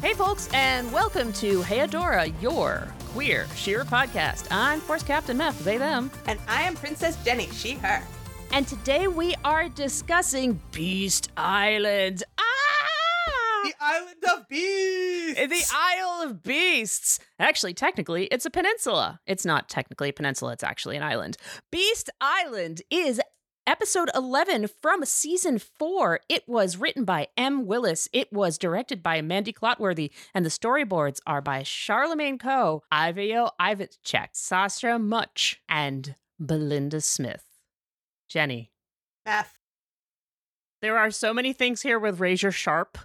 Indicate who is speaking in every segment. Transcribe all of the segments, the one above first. Speaker 1: Hey, folks, and welcome to Hey Adora, your queer sheer podcast. I'm Force Captain Meth, they, them.
Speaker 2: And I am Princess Jenny, she, her.
Speaker 1: And today we are discussing Beast Island. Ah!
Speaker 2: The Island of Beasts!
Speaker 1: The Isle of Beasts. Actually, technically, it's a peninsula. It's not technically a peninsula, it's actually an island. Beast Island is episode 11 from season 4. It was written by M. Willis. It was directed by Mandy Clotworthy, and the storyboards are by Charlemagne Co., Ivio Ivicek, Sastra Much, and Belinda Smith. Jenny,
Speaker 2: Math.
Speaker 1: there are so many things here with Razor Sharp.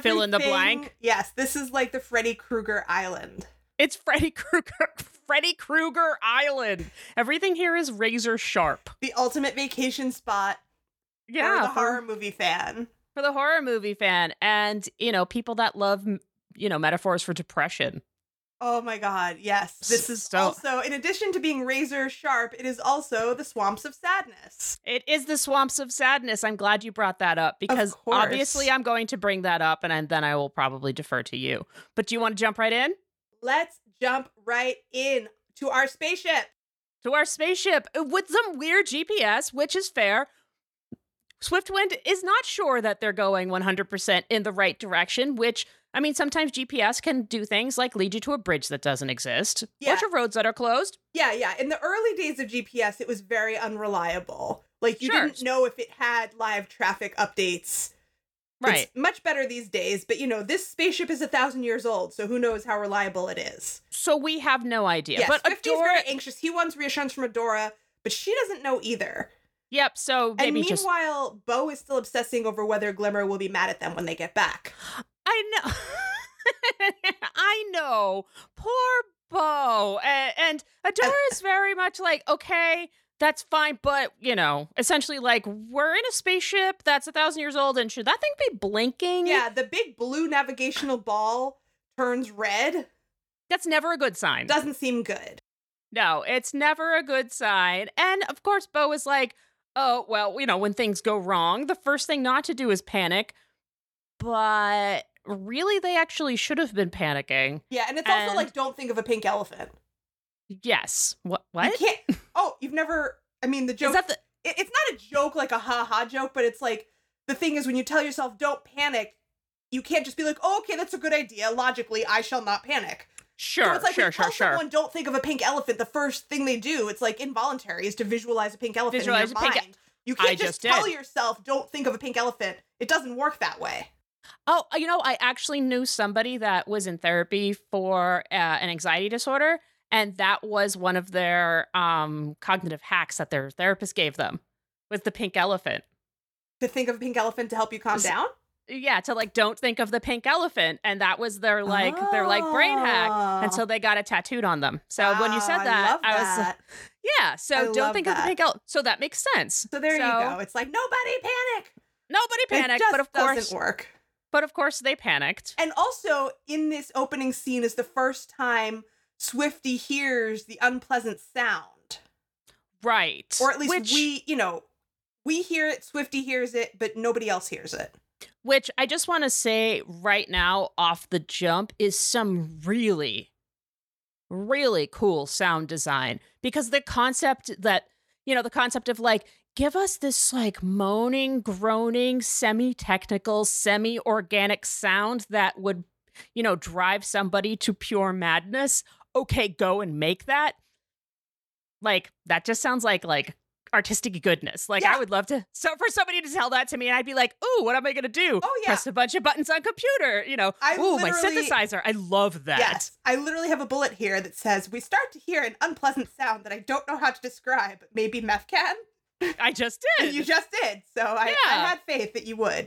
Speaker 1: Fill in the
Speaker 2: Everything-
Speaker 1: blank.
Speaker 2: Yes, this is like the Freddy Krueger Island.
Speaker 1: It's Freddy Krueger. Freddy Krueger Island. Everything here is razor sharp.
Speaker 2: The ultimate vacation spot for the
Speaker 1: Yeah,
Speaker 2: horror movie fan.
Speaker 1: for the horror movie fan, and you know people that love m- you know metaphors for depression.
Speaker 2: Oh my god, yes. This is
Speaker 1: So-
Speaker 2: also, in addition to being razor sharp, it is also the swamps of sadness.
Speaker 1: It is the swamps of sadness. I'm glad you brought that up because
Speaker 2: course.
Speaker 1: obviously I'm going to bring that up, and I- then I will probably defer to you. But do you want to jump right in
Speaker 2: Let's jump right in to our spaceship.
Speaker 1: to our spaceship uh, with some weird GPS, which is fair. Swiftwind is not sure that they're going 100% in the right direction, which, I mean, sometimes GPS can do things like lead you to a bridge that doesn't exist or
Speaker 2: Yeah.
Speaker 1: to roads that are closed.
Speaker 2: Yeah, yeah. In the early days of GPS, it was very unreliable. Like you
Speaker 1: Sure.
Speaker 2: didn't know if it had live traffic updates.
Speaker 1: Right.
Speaker 2: It's much better these days, but you know, this spaceship is a thousand years old, so who knows how reliable it is.
Speaker 1: so we have no idea.
Speaker 2: yes,
Speaker 1: but
Speaker 2: Swifty's
Speaker 1: Adora.
Speaker 2: very anxious. He wants reassurance from Adora, but she doesn't know either.
Speaker 1: Yep. So
Speaker 2: And
Speaker 1: maybe just.
Speaker 2: meanwhile, Bo is still obsessing over whether Glimmer will be mad at them when they get back.
Speaker 1: I know. I know. Poor Bo. And, and Adora is very much like, okay, that's fine, but, you know, essentially like, we're in a spaceship that's a thousand years old, and should that thing be blinking?
Speaker 2: Yeah, the big blue navigational ball turns red.
Speaker 1: That's never a good sign.
Speaker 2: Doesn't seem good.
Speaker 1: no, it's never a good sign. And of course, Bo is like, oh, well, you know, when things go wrong, the first thing not to do is panic. But really, they actually should have been panicking.
Speaker 2: Yeah, and it's
Speaker 1: And-
Speaker 2: also like don't think of a pink elephant.
Speaker 1: Yes. What?
Speaker 2: You
Speaker 1: What?
Speaker 2: can't. Oh, you've never. I mean, the joke.
Speaker 1: Is that the
Speaker 2: it- it's not a joke like a ha ha joke, but it's like the thing is when you tell yourself don't panic, you can't just be like, oh, okay, that's a good idea. Logically, I shall not panic.
Speaker 1: Sure,
Speaker 2: so it's like
Speaker 1: sure,
Speaker 2: when you
Speaker 1: sure,
Speaker 2: tell
Speaker 1: sure.
Speaker 2: someone don't think of a pink elephant, the first thing they do, it's like involuntary, is to visualize a pink elephant
Speaker 1: Visualize
Speaker 2: in
Speaker 1: a
Speaker 2: your
Speaker 1: pink e-
Speaker 2: mind. you
Speaker 1: I
Speaker 2: can't
Speaker 1: just
Speaker 2: just,
Speaker 1: did.
Speaker 2: tell yourself don't think of a pink elephant. It doesn't work that way.
Speaker 1: oh, you know, I actually knew somebody that was in therapy for uh, an anxiety disorder, and that was one of their um, cognitive hacks that their therapist gave them was the pink elephant.
Speaker 2: To think of a pink elephant to help you calm
Speaker 1: S-
Speaker 2: down.
Speaker 1: Yeah, to like don't think of the pink elephant, and that was their like their like brain hack, and so they got it tattooed on them. So when you said
Speaker 2: Ah. Wow,
Speaker 1: that, I,
Speaker 2: Ah. love
Speaker 1: was
Speaker 2: that.
Speaker 1: yeah. So
Speaker 2: I
Speaker 1: don't
Speaker 2: love
Speaker 1: think of the
Speaker 2: that.
Speaker 1: pink elephant. So that makes sense.
Speaker 2: So there you go. It's like nobody panic.
Speaker 1: Nobody
Speaker 2: it
Speaker 1: panicked,
Speaker 2: just
Speaker 1: but of course,
Speaker 2: doesn't work.
Speaker 1: but of course they panicked.
Speaker 2: And also, in this opening scene is the first time Swifty hears the unpleasant sound.
Speaker 1: Right.
Speaker 2: Or at least
Speaker 1: Which-
Speaker 2: we, you know, we hear it, Swifty hears it, but nobody else hears it.
Speaker 1: which I just want to say right now off the jump is some really really cool sound design because the concept that you know the concept of like give us this like moaning groaning semi-technical semi-organic sound that would you know drive somebody to pure madness okay go and make that like that just sounds like like artistic goodness like i
Speaker 2: Yeah.
Speaker 1: would love to so for somebody to tell that to me and i'd be like ooh what am i going to do
Speaker 2: Oh, yeah.
Speaker 1: press a bunch of buttons on computer you know
Speaker 2: I
Speaker 1: ooh my
Speaker 2: literally-
Speaker 1: synthesizer i love that
Speaker 2: Yes. I literally have a bullet here that says, We start to hear an unpleasant sound that I don't know how to describe. Maybe Meth can?
Speaker 1: I just
Speaker 2: And
Speaker 1: did.
Speaker 2: you just did. So I, I
Speaker 1: Yeah.
Speaker 2: had faith that you would.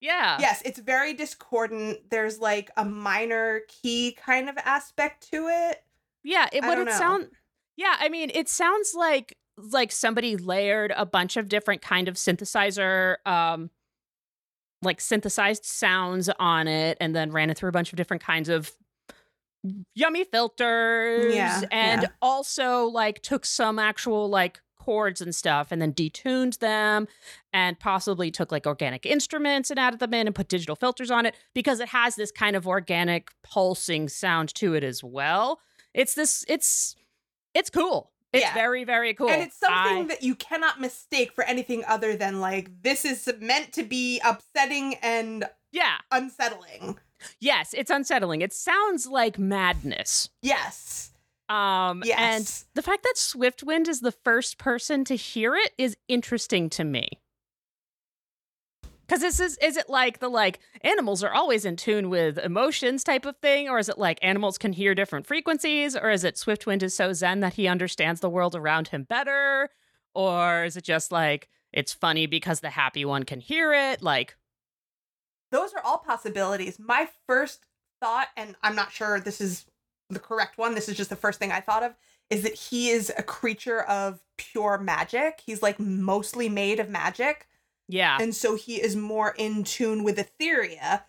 Speaker 1: yeah.
Speaker 2: Yes, it's very discordant. There's like a minor key kind of aspect to it.
Speaker 1: Yeah. It
Speaker 2: I
Speaker 1: would
Speaker 2: don't
Speaker 1: it
Speaker 2: know.
Speaker 1: sound Yeah, I mean, it sounds like like somebody layered a bunch of different kind of synthesizer um like synthesized sounds on it and then ran it through a bunch of different kinds of yummy filters
Speaker 2: Yeah,
Speaker 1: and
Speaker 2: yeah.
Speaker 1: also like took some actual like chords and stuff and then detuned them and possibly took like organic instruments and added them in and put digital filters on it because it has this kind of organic pulsing sound to it as well. It's this it's it's cool. It's
Speaker 2: Yeah.
Speaker 1: very very cool.
Speaker 2: And it's something
Speaker 1: I-
Speaker 2: that you cannot mistake for anything other than like this is meant to be upsetting and
Speaker 1: yeah.
Speaker 2: unsettling.
Speaker 1: Yes, it's unsettling. It sounds like madness.
Speaker 2: Yes.
Speaker 1: Um
Speaker 2: Yes.
Speaker 1: and the fact that Swiftwind is the first person to hear it is interesting to me. Cause this is is it like the like animals are always in tune with emotions type of thing, or is it like animals can hear different frequencies, or is it Swiftwind is so zen that he understands the world around him better? Or is it just like it's funny because the happy one can hear it? Like,
Speaker 2: Those are all possibilities. My first thought, and I'm not sure this is the correct one, this is just the first thing I thought of, is that he is a creature of pure magic. He's like mostly made of magic.
Speaker 1: yeah.
Speaker 2: And so he is more in tune with Etheria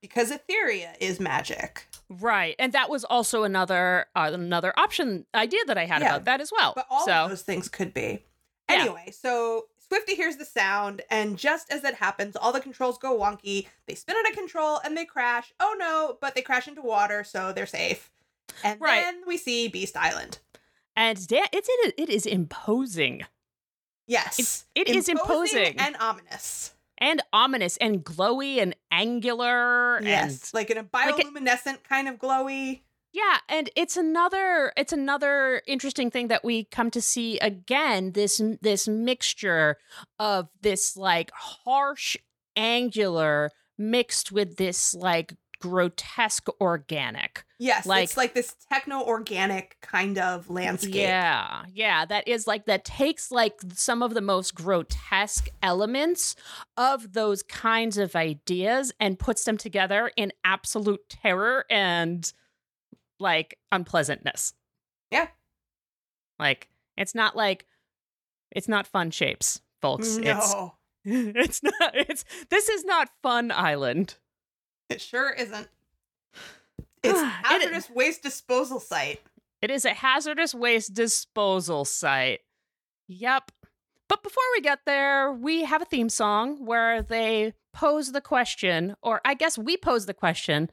Speaker 2: because Etheria is magic.
Speaker 1: Right, and that was also another uh, another option idea that I had
Speaker 2: Yeah,
Speaker 1: about that as well.
Speaker 2: But all
Speaker 1: so
Speaker 2: of those things could be.
Speaker 1: Yeah.
Speaker 2: Anyway, so Swifty hears the sound, and just as it happens, all the controls go wonky. They spin out of control and they crash. Oh no, but they crash into water, so they're safe. And
Speaker 1: Right.
Speaker 2: then we see Beast Island.
Speaker 1: and da- it's it, it is imposing
Speaker 2: Yes.
Speaker 1: it is imposing.
Speaker 2: and ominous.
Speaker 1: and ominous and glowy and angular
Speaker 2: Yes.
Speaker 1: and
Speaker 2: Like in a
Speaker 1: like it-
Speaker 2: bioluminescent kind of glowy.
Speaker 1: yeah, and it's another it's another interesting thing that we come to see again this this mixture of this like harsh angular mixed with this like grotesque organic
Speaker 2: Yes.
Speaker 1: Like-
Speaker 2: it's like this techno organic kind of landscape.
Speaker 1: Yeah, yeah, that is like that takes like some of the most grotesque elements of those kinds of ideas and puts them together in absolute terror and like unpleasantness.
Speaker 2: Yeah.
Speaker 1: Like it's not like it's not fun shapes, folks. It's
Speaker 2: No,
Speaker 1: it's not it's this is not fun island.
Speaker 2: it sure isn't. It's
Speaker 1: It-
Speaker 2: hazardous waste disposal site.
Speaker 1: It is a hazardous waste disposal site. Yep. But before we get there, we have a theme song where they pose the question, or I guess we pose the question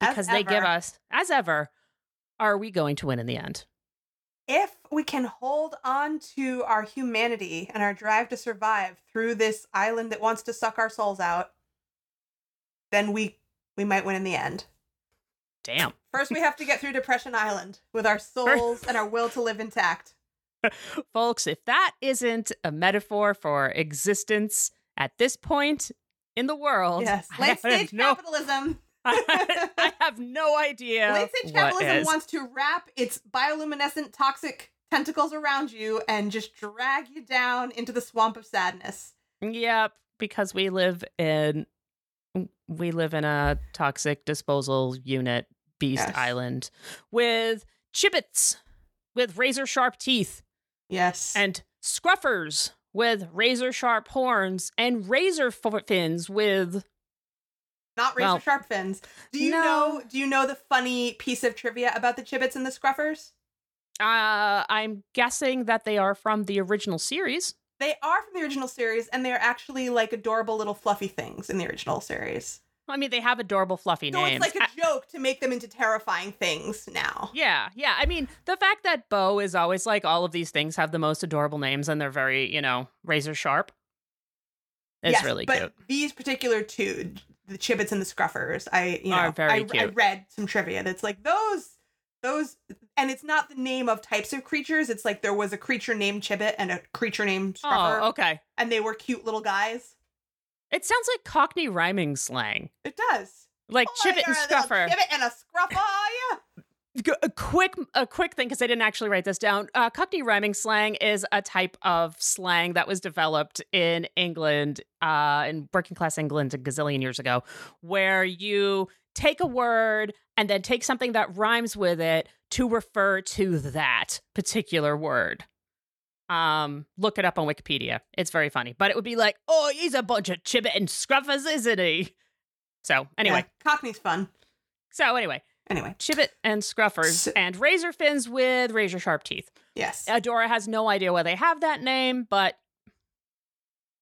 Speaker 2: As
Speaker 1: because they give
Speaker 2: ever.
Speaker 1: us, as ever, are we going to win in the end?
Speaker 2: if we can hold on to our humanity and our drive to survive through this island that wants to suck our souls out, then we we might win in the end.
Speaker 1: Damn.
Speaker 2: First, we have to get through Depression Island with our souls and our will to live intact.
Speaker 1: Folks, if that isn't a metaphor for existence at this point in the world,
Speaker 2: Yes,
Speaker 1: I
Speaker 2: late
Speaker 1: have
Speaker 2: stage
Speaker 1: no,
Speaker 2: capitalism.
Speaker 1: I have no idea.
Speaker 2: Late stage
Speaker 1: what
Speaker 2: capitalism
Speaker 1: is.
Speaker 2: wants to wrap its bioluminescent toxic tentacles around you and just drag you down into the swamp of sadness.
Speaker 1: Yep, because we live in we live in a toxic disposal unit beast
Speaker 2: Yes.
Speaker 1: island with chibbits with razor sharp teeth
Speaker 2: Yes.
Speaker 1: and scruffers with razor sharp horns and razor fo- fins with
Speaker 2: not razor
Speaker 1: Well,
Speaker 2: sharp fins. Do you
Speaker 1: no.
Speaker 2: know? Do you know the funny piece of trivia about the Chibbits and the Scruffers?
Speaker 1: uh I'm guessing that they are from the original series.
Speaker 2: They are from the original series, and they are actually like adorable little fluffy things in the original series.
Speaker 1: I mean they have adorable fluffy
Speaker 2: So
Speaker 1: names.
Speaker 2: it's like
Speaker 1: I-
Speaker 2: a joke to make them into terrifying things now.
Speaker 1: Yeah, yeah. I mean, the fact that Bo is always like all of these things have the most adorable names and they're very, you know, razor sharp. It's
Speaker 2: Yes,
Speaker 1: really
Speaker 2: but
Speaker 1: cute.
Speaker 2: These particular two, the Chibbits and the Scruffers, I you know,
Speaker 1: Are very
Speaker 2: I, I
Speaker 1: cute.
Speaker 2: read some trivia that's like those. Those and it's not the name of types of creatures. It's like there was a creature named Chibbit and a creature named Scruffer,
Speaker 1: Oh, okay.
Speaker 2: and they were cute little guys.
Speaker 1: It sounds like Cockney rhyming slang.
Speaker 2: It does.
Speaker 1: Like
Speaker 2: Oh
Speaker 1: chibbit and scuffer.
Speaker 2: Chibbit and a scruffer, are
Speaker 1: G- A quick, a quick thing because I didn't actually write this down. Uh, Cockney rhyming slang is a type of slang that was developed in England, uh, in working class England, a gazillion years ago, where you take a word and then take something that rhymes with it to refer to that particular word. Um, look it up on Wikipedia. It's very funny, but it would be like, "Oh, he's a bunch of chibbit and scruffers, isn't he?" So
Speaker 2: you?
Speaker 1: anyway,
Speaker 2: Yeah, Cockney's fun.
Speaker 1: so anyway,
Speaker 2: Anyway,
Speaker 1: Chibbit and Scruffers
Speaker 2: So-
Speaker 1: and razor fins with razor sharp teeth.
Speaker 2: yes.
Speaker 1: Adora has no idea why they have that name, but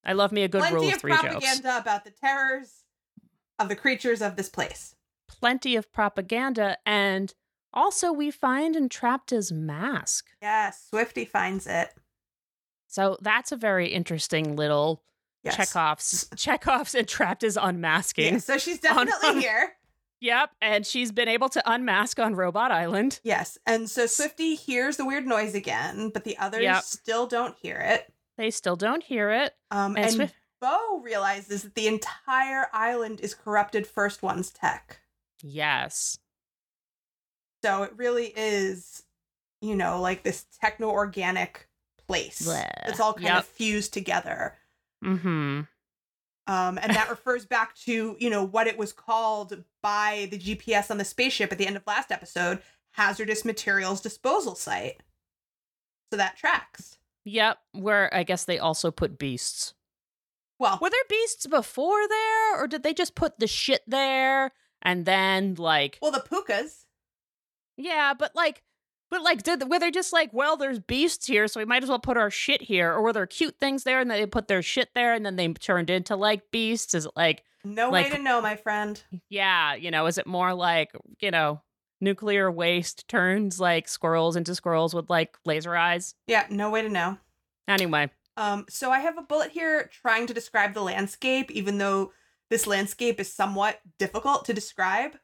Speaker 1: I love me a good
Speaker 2: Plenty
Speaker 1: rule
Speaker 2: of
Speaker 1: of three jokes.
Speaker 2: propaganda about the terrors of the creatures of this place.
Speaker 1: Plenty of propaganda, and also we find Entrapta's mask.
Speaker 2: Yes, Swifty finds it.
Speaker 1: So that's a very interesting little
Speaker 2: Yes.
Speaker 1: Chekhov's Chekhov's Entrapta's unmasking.
Speaker 2: Yeah, so she's
Speaker 1: On-
Speaker 2: definitely
Speaker 1: on-
Speaker 2: here.
Speaker 1: Yep, and she's been able to unmask on Robot Island.
Speaker 2: Yes. And so Swifty hears the weird noise again, but the others
Speaker 1: Yep.
Speaker 2: still don't hear it.
Speaker 1: They still don't hear it.
Speaker 2: Um,
Speaker 1: And
Speaker 2: and
Speaker 1: Swif-
Speaker 2: Bo realizes that the entire island is corrupted First One's tech.
Speaker 1: Yes.
Speaker 2: So it really is, you know, like this techno organic place.
Speaker 1: Bleh.
Speaker 2: It's all kind
Speaker 1: Yep.
Speaker 2: of fused together.
Speaker 1: Mm-hmm.
Speaker 2: Um, and that refers back to, you know, what it was called by the GPS on the spaceship at the end of last episode hazardous materials disposal site. So that tracks.
Speaker 1: Yep. Where I guess they also put beasts.
Speaker 2: Well,
Speaker 1: Were there beasts before there, or did they just put the shit there and then like
Speaker 2: well, the pukas.
Speaker 1: yeah, but like but like did were they just like well there's beasts here so we might as well put our shit here or were there cute things there and they put their shit there and then they turned into like beasts is it like
Speaker 2: No
Speaker 1: Like-
Speaker 2: way to know, my friend.
Speaker 1: yeah you know is it more like you know nuclear waste turns like squirrels into squirrels with like laser eyes
Speaker 2: Yeah, no way to know.
Speaker 1: anyway
Speaker 2: Um, so I have a bullet here trying to describe the landscape, even though this landscape is somewhat difficult to describe.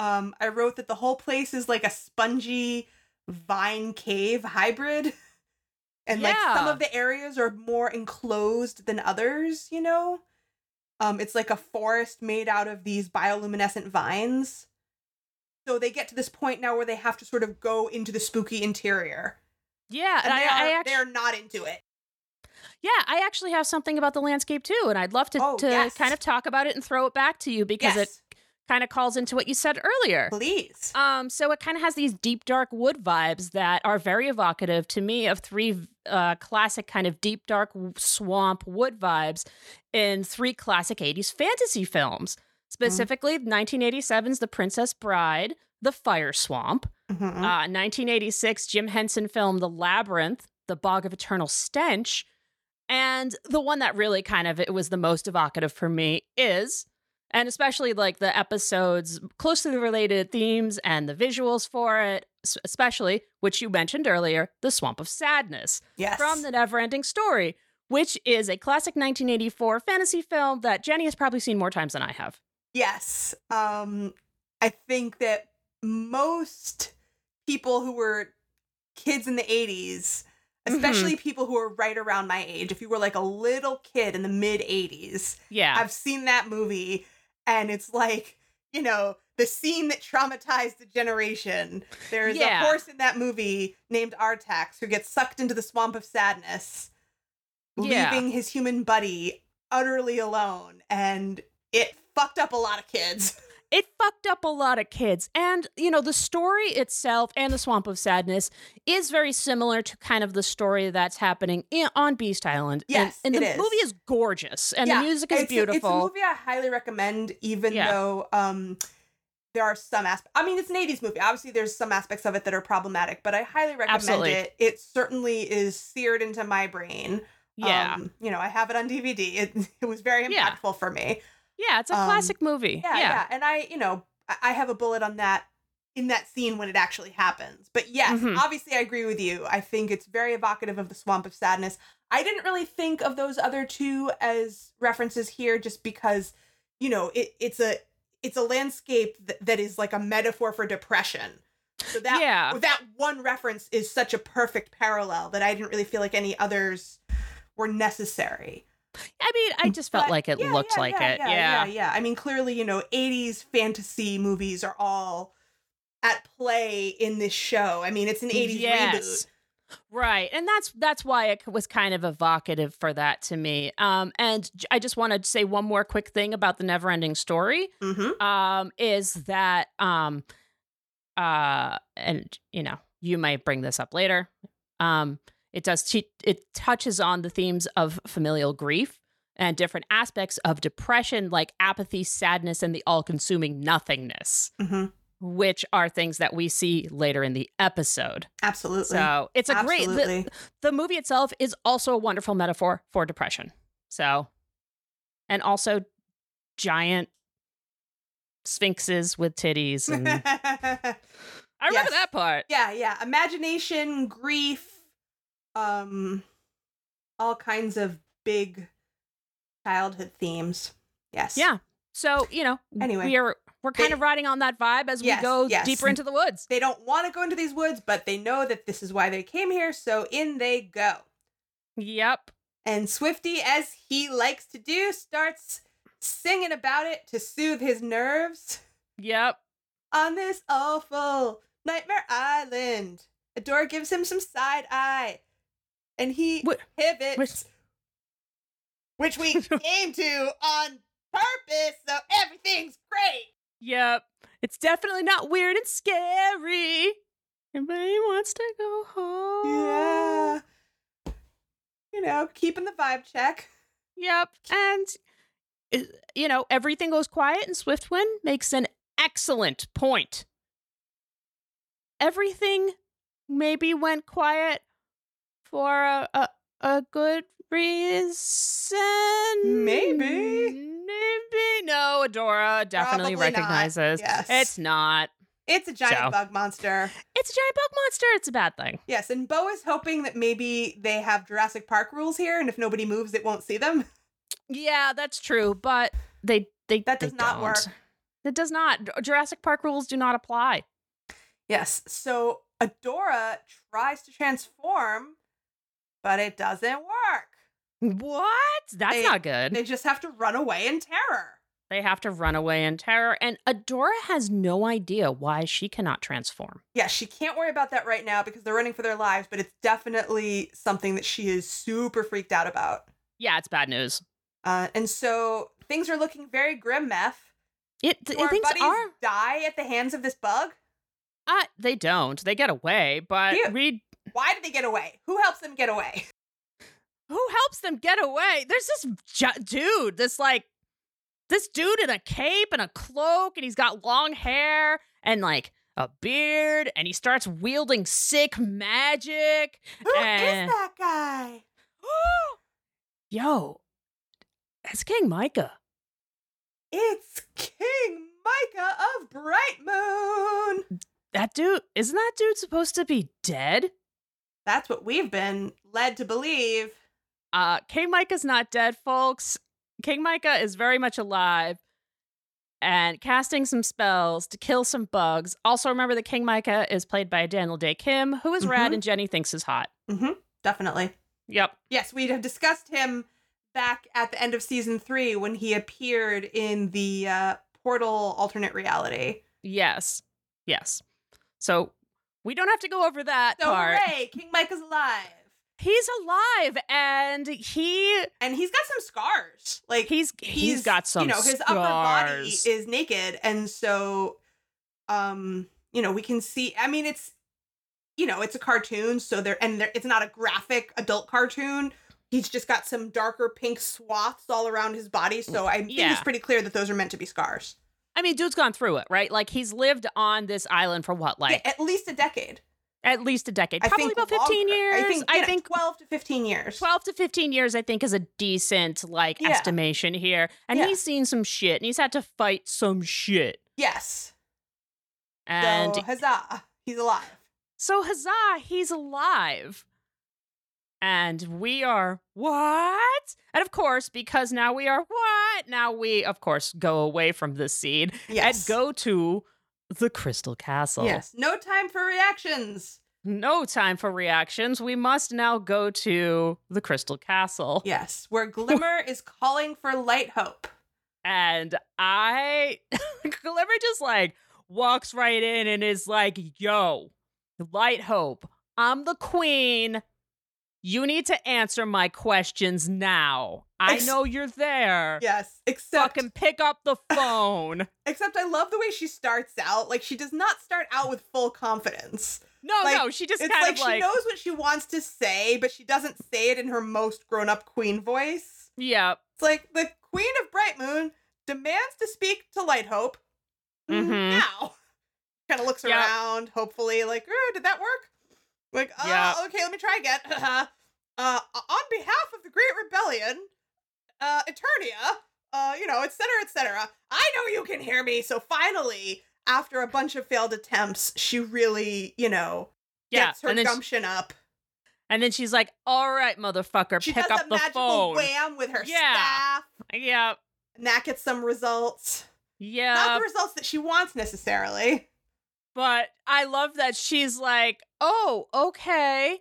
Speaker 2: Um, I wrote that the whole place is like a spongy vine cave hybrid. And like some
Speaker 1: Yeah.
Speaker 2: of the areas are more enclosed than others, you know? Um, it's like a forest made out of these bioluminescent vines. So they get to this point now where they have to sort of go into the spooky interior.
Speaker 1: yeah
Speaker 2: And
Speaker 1: and I,
Speaker 2: they, are,
Speaker 1: I
Speaker 2: they
Speaker 1: actually
Speaker 2: are not into it.
Speaker 1: Yeah, I actually have something about the landscape too, and I'd love to,
Speaker 2: Oh,
Speaker 1: to
Speaker 2: yes.
Speaker 1: kind of talk about it and throw it back to you because it kind of calls into what you said earlier.
Speaker 2: please.
Speaker 1: Um, so it kind of has these deep, dark wood vibes that are very evocative to me of three uh, classic kind of deep, dark w- swamp wood vibes in three classic 80s fantasy films, specifically 1987's The Princess Bride, The Fire Swamp,
Speaker 2: Mhm.
Speaker 1: uh, 1986 Jim Henson film The Labyrinth, The Bog of Eternal Stench, and the one that really kind of it was the most evocative for me is and especially like the episodes closely related themes and the visuals for it, s- especially which you mentioned earlier, The Swamp of Sadness
Speaker 2: yes.
Speaker 1: from The Neverending Story, which is a classic 1984 fantasy film that Jenny has probably seen more times than I have.
Speaker 2: yes. Um, I think that most people who were kids in the 80s, especially people who are right around my age, if you were like a little kid in the mid 80s,
Speaker 1: Yeah.
Speaker 2: I've seen that movie and it's like, you know, the scene that traumatized the generation. There's
Speaker 1: Yeah.
Speaker 2: a horse in that movie named Artax who gets sucked into the swamp of sadness,
Speaker 1: Yeah.
Speaker 2: leaving his human buddy utterly alone. And it fucked up a lot of kids.
Speaker 1: it fucked up a lot of kids. And, you know, the story itself and the Swamp of Sadness is very similar to kind of the story that's happening in, on Beast Island.
Speaker 2: Yes,
Speaker 1: and, and
Speaker 2: it
Speaker 1: the
Speaker 2: is.
Speaker 1: movie is gorgeous and
Speaker 2: Yeah,
Speaker 1: the music is
Speaker 2: it's a- it's a
Speaker 1: beautiful.
Speaker 2: movie I highly recommend, even
Speaker 1: Yeah.
Speaker 2: though um, there are some aspects. I mean, it's an 80s movie. Obviously, there's some aspects of it that are problematic, but I highly recommend
Speaker 1: Absolutely.
Speaker 2: it. It certainly is seared into my brain.
Speaker 1: yeah.
Speaker 2: Um, you know, I have it on DVD. It, it was very impactful
Speaker 1: Yeah.
Speaker 2: for me.
Speaker 1: yeah, it's a
Speaker 2: um,
Speaker 1: classic movie.
Speaker 2: Yeah, yeah, And I, you know, I, I have a bullet on that in that scene when it actually happens. But yes,
Speaker 1: Mhm.
Speaker 2: obviously, I agree with you. I think it's very evocative of the Swamp of Sadness. I didn't really think of those other two as references here just because, you know, it, it's a. It's a landscape th- that is like a metaphor for depression. So that
Speaker 1: yeah.
Speaker 2: that one reference is such a perfect parallel that I didn't really feel like any others were necessary.
Speaker 1: I mean, I just felt
Speaker 2: But-
Speaker 1: like it
Speaker 2: yeah,
Speaker 1: looked
Speaker 2: yeah,
Speaker 1: like
Speaker 2: yeah,
Speaker 1: it.
Speaker 2: Yeah, yeah, yeah. I mean, clearly, you know, 80s fantasy movies are all at play in this show. I mean, it's an 80s reboot.
Speaker 1: Right. And that's that's why it was kind of evocative for that to me. Um and j- I just want to say one more quick thing about the never-ending story.
Speaker 2: Mm-hmm.
Speaker 1: um, is that um, uh, and you know you might bring this up later. Um, it does te- it touches on the themes of familial grief and different aspects of depression, like apathy, sadness, and the all-consuming nothingness.
Speaker 2: Mm-hmm.
Speaker 1: which are things that we see later in the episode.
Speaker 2: Absolutely.
Speaker 1: So it's a great.
Speaker 2: Absolutely.
Speaker 1: The, the movie itself is also a wonderful metaphor for depression. So, and also giant sphinxes with titties. And I remember
Speaker 2: Yes.
Speaker 1: that part.
Speaker 2: yeah, yeah. Imagination, grief, um all kinds of big childhood themes. Yes.
Speaker 1: Yeah. So you know,
Speaker 2: Anyway.
Speaker 1: we are we're kind of riding on that vibe as
Speaker 2: Yes,
Speaker 1: we go
Speaker 2: yes.
Speaker 1: deeper into the woods.
Speaker 2: They don't want to go into these woods, but they know that this is why they came here, so in they go.
Speaker 1: Yep.
Speaker 2: And Swifty, as he likes to do, starts singing about it to soothe his nerves.
Speaker 1: Yep.
Speaker 2: On this awful nightmare island, Adora gives him some side eye, and he
Speaker 1: What-
Speaker 2: pivots,
Speaker 1: which-
Speaker 2: which we came to on purpose, so everything's great.
Speaker 1: Yep. It's definitely not weird and scary. Everybody wants to go home.
Speaker 2: Yeah, you know, keeping the vibe check.
Speaker 1: Yep. And, uh, you know, everything goes quiet, and Swiftwind makes an excellent point. Everything maybe went quiet for a, a, a good reason.
Speaker 2: Maybe.
Speaker 1: Maybe. No, Adora definitely
Speaker 2: Probably not.
Speaker 1: recognizes.
Speaker 2: Yes.
Speaker 1: It's not.
Speaker 2: It's a giant
Speaker 1: So.
Speaker 2: bug monster.
Speaker 1: It's a giant bug monster. It's a bad thing.
Speaker 2: Yes, and Bo is hoping that maybe they have Jurassic Park rules here, and if nobody moves, it won't see them.
Speaker 1: Yeah, that's true, but they they
Speaker 2: That does
Speaker 1: they
Speaker 2: not
Speaker 1: don't.
Speaker 2: work.
Speaker 1: That does not. Jurassic Park rules do not apply.
Speaker 2: Yes, so Adora tries to transform, but it doesn't work.
Speaker 1: What? That's
Speaker 2: They-
Speaker 1: not good. They,
Speaker 2: They just have to run away in terror.
Speaker 1: have to run away in terror, and Adora has no idea why she cannot transform.
Speaker 2: Yeah, she can't worry about that right now because they're running for their lives, but it's definitely something that she is super freaked out about.
Speaker 1: Yeah, it's bad news.
Speaker 2: Uh, and so things are looking very grim, Meth.
Speaker 1: It,
Speaker 2: Do
Speaker 1: th-
Speaker 2: our
Speaker 1: things
Speaker 2: buddies
Speaker 1: are.
Speaker 2: die at the hands of this bug?
Speaker 1: Uh, they don't. They get away, but
Speaker 2: Yeah.
Speaker 1: we.
Speaker 2: Why did they get away? Who helps them get away?
Speaker 1: Who helps them get away? There's this ju- dude. This like, this dude in a cape and a cloak, and he's got long hair and like a beard, and he starts wielding sick magic.
Speaker 2: Who is
Speaker 1: Eh.
Speaker 2: that guy?
Speaker 1: Yo, that's King Micah.
Speaker 2: It's King Micah of Bright Moon.
Speaker 1: That dude, isn't that dude supposed to be dead?
Speaker 2: That's what we've been led to believe.
Speaker 1: Uh, King Micah's not dead, folks. King Micah is very much alive and casting some spells to kill some bugs. Also, remember that King Micah is played by Daniel Day Kim, who is rad
Speaker 2: Mhm.
Speaker 1: and Jenny thinks is hot.
Speaker 2: Definitely.
Speaker 1: Yep.
Speaker 2: Yes, we have discussed him back at the end of season three when he appeared in the uh, Portal alternate reality.
Speaker 1: Yes. Yes. So we don't have to go over that
Speaker 2: So,
Speaker 1: part.
Speaker 2: hooray, King Micah's alive.
Speaker 1: He's alive and he
Speaker 2: And he's got some scars. Like,
Speaker 1: he's he's got some
Speaker 2: you know his upper body
Speaker 1: scars.
Speaker 2: is naked and so um you know we can see i mean it's you know it's a cartoon so there and there, it's not a graphic adult cartoon he's just got some darker pink swaths all around his body so i think
Speaker 1: Yeah.
Speaker 2: it's pretty clear that those are meant to be scars
Speaker 1: I mean, dude's gone through it, right? Like he's lived on this island for what, like
Speaker 2: yeah, at least a decade
Speaker 1: at least a decade,
Speaker 2: i
Speaker 1: probably
Speaker 2: think
Speaker 1: about fifteen
Speaker 2: longer.
Speaker 1: years.
Speaker 2: i think, you know, 12 to 15 years
Speaker 1: twelve to fifteen years, I think, is a decent like
Speaker 2: Yeah.
Speaker 1: estimation here. And
Speaker 2: Yeah.
Speaker 1: he's seen some shit, and he's had to fight some shit.
Speaker 2: yes
Speaker 1: And
Speaker 2: so, huzzah he's alive
Speaker 1: so, huzzah, he's alive. And we are what? And of course, because now we are what? Now we, of course, go away from this seed
Speaker 2: yes
Speaker 1: and go to the Crystal Castle.
Speaker 2: yes no time for reactions
Speaker 1: no time for reactions. We must now go to the Crystal Castle.
Speaker 2: Yes, where Glimmer is calling for Light Hope.
Speaker 1: And I, Glimmer just like walks right in and is like, yo, Light Hope, I'm the queen. You need to answer my questions now. I
Speaker 2: Ex-
Speaker 1: know you're there.
Speaker 2: Yes, except
Speaker 1: Fucking pick up the phone.
Speaker 2: except I love the way she starts out. Like she does not start out with full confidence.
Speaker 1: No,
Speaker 2: Like,
Speaker 1: no, she just
Speaker 2: it's
Speaker 1: kind
Speaker 2: like
Speaker 1: of
Speaker 2: she
Speaker 1: like,
Speaker 2: knows what she wants to say, but she doesn't say it in her most grown-up queen voice.
Speaker 1: yeah.
Speaker 2: It's like the Queen of Bright Moon demands to speak to Light Hope
Speaker 1: Mhm.
Speaker 2: Mm, now. kind of looks
Speaker 1: Yeah.
Speaker 2: around, hopefully, like, oh, did that work? Like, oh,
Speaker 1: Yeah.
Speaker 2: okay, let me try again. uh, on behalf of the Great Rebellion, uh, Eternia, uh, you know, et cetera, et cetera. I know you can hear me. So finally, after a bunch of failed attempts, she really, you know,
Speaker 1: Yeah.
Speaker 2: gets her
Speaker 1: And then, she-
Speaker 2: gumption up.
Speaker 1: and then she's like, all right, motherfucker,
Speaker 2: She
Speaker 1: pick
Speaker 2: does
Speaker 1: up
Speaker 2: a
Speaker 1: the
Speaker 2: magical
Speaker 1: phone.
Speaker 2: wham with her
Speaker 1: Yeah.
Speaker 2: staff,
Speaker 1: Yeah.
Speaker 2: and that gets some results. Not
Speaker 1: Yeah.
Speaker 2: the results that she wants necessarily.
Speaker 1: But I love that she's like, oh, okay,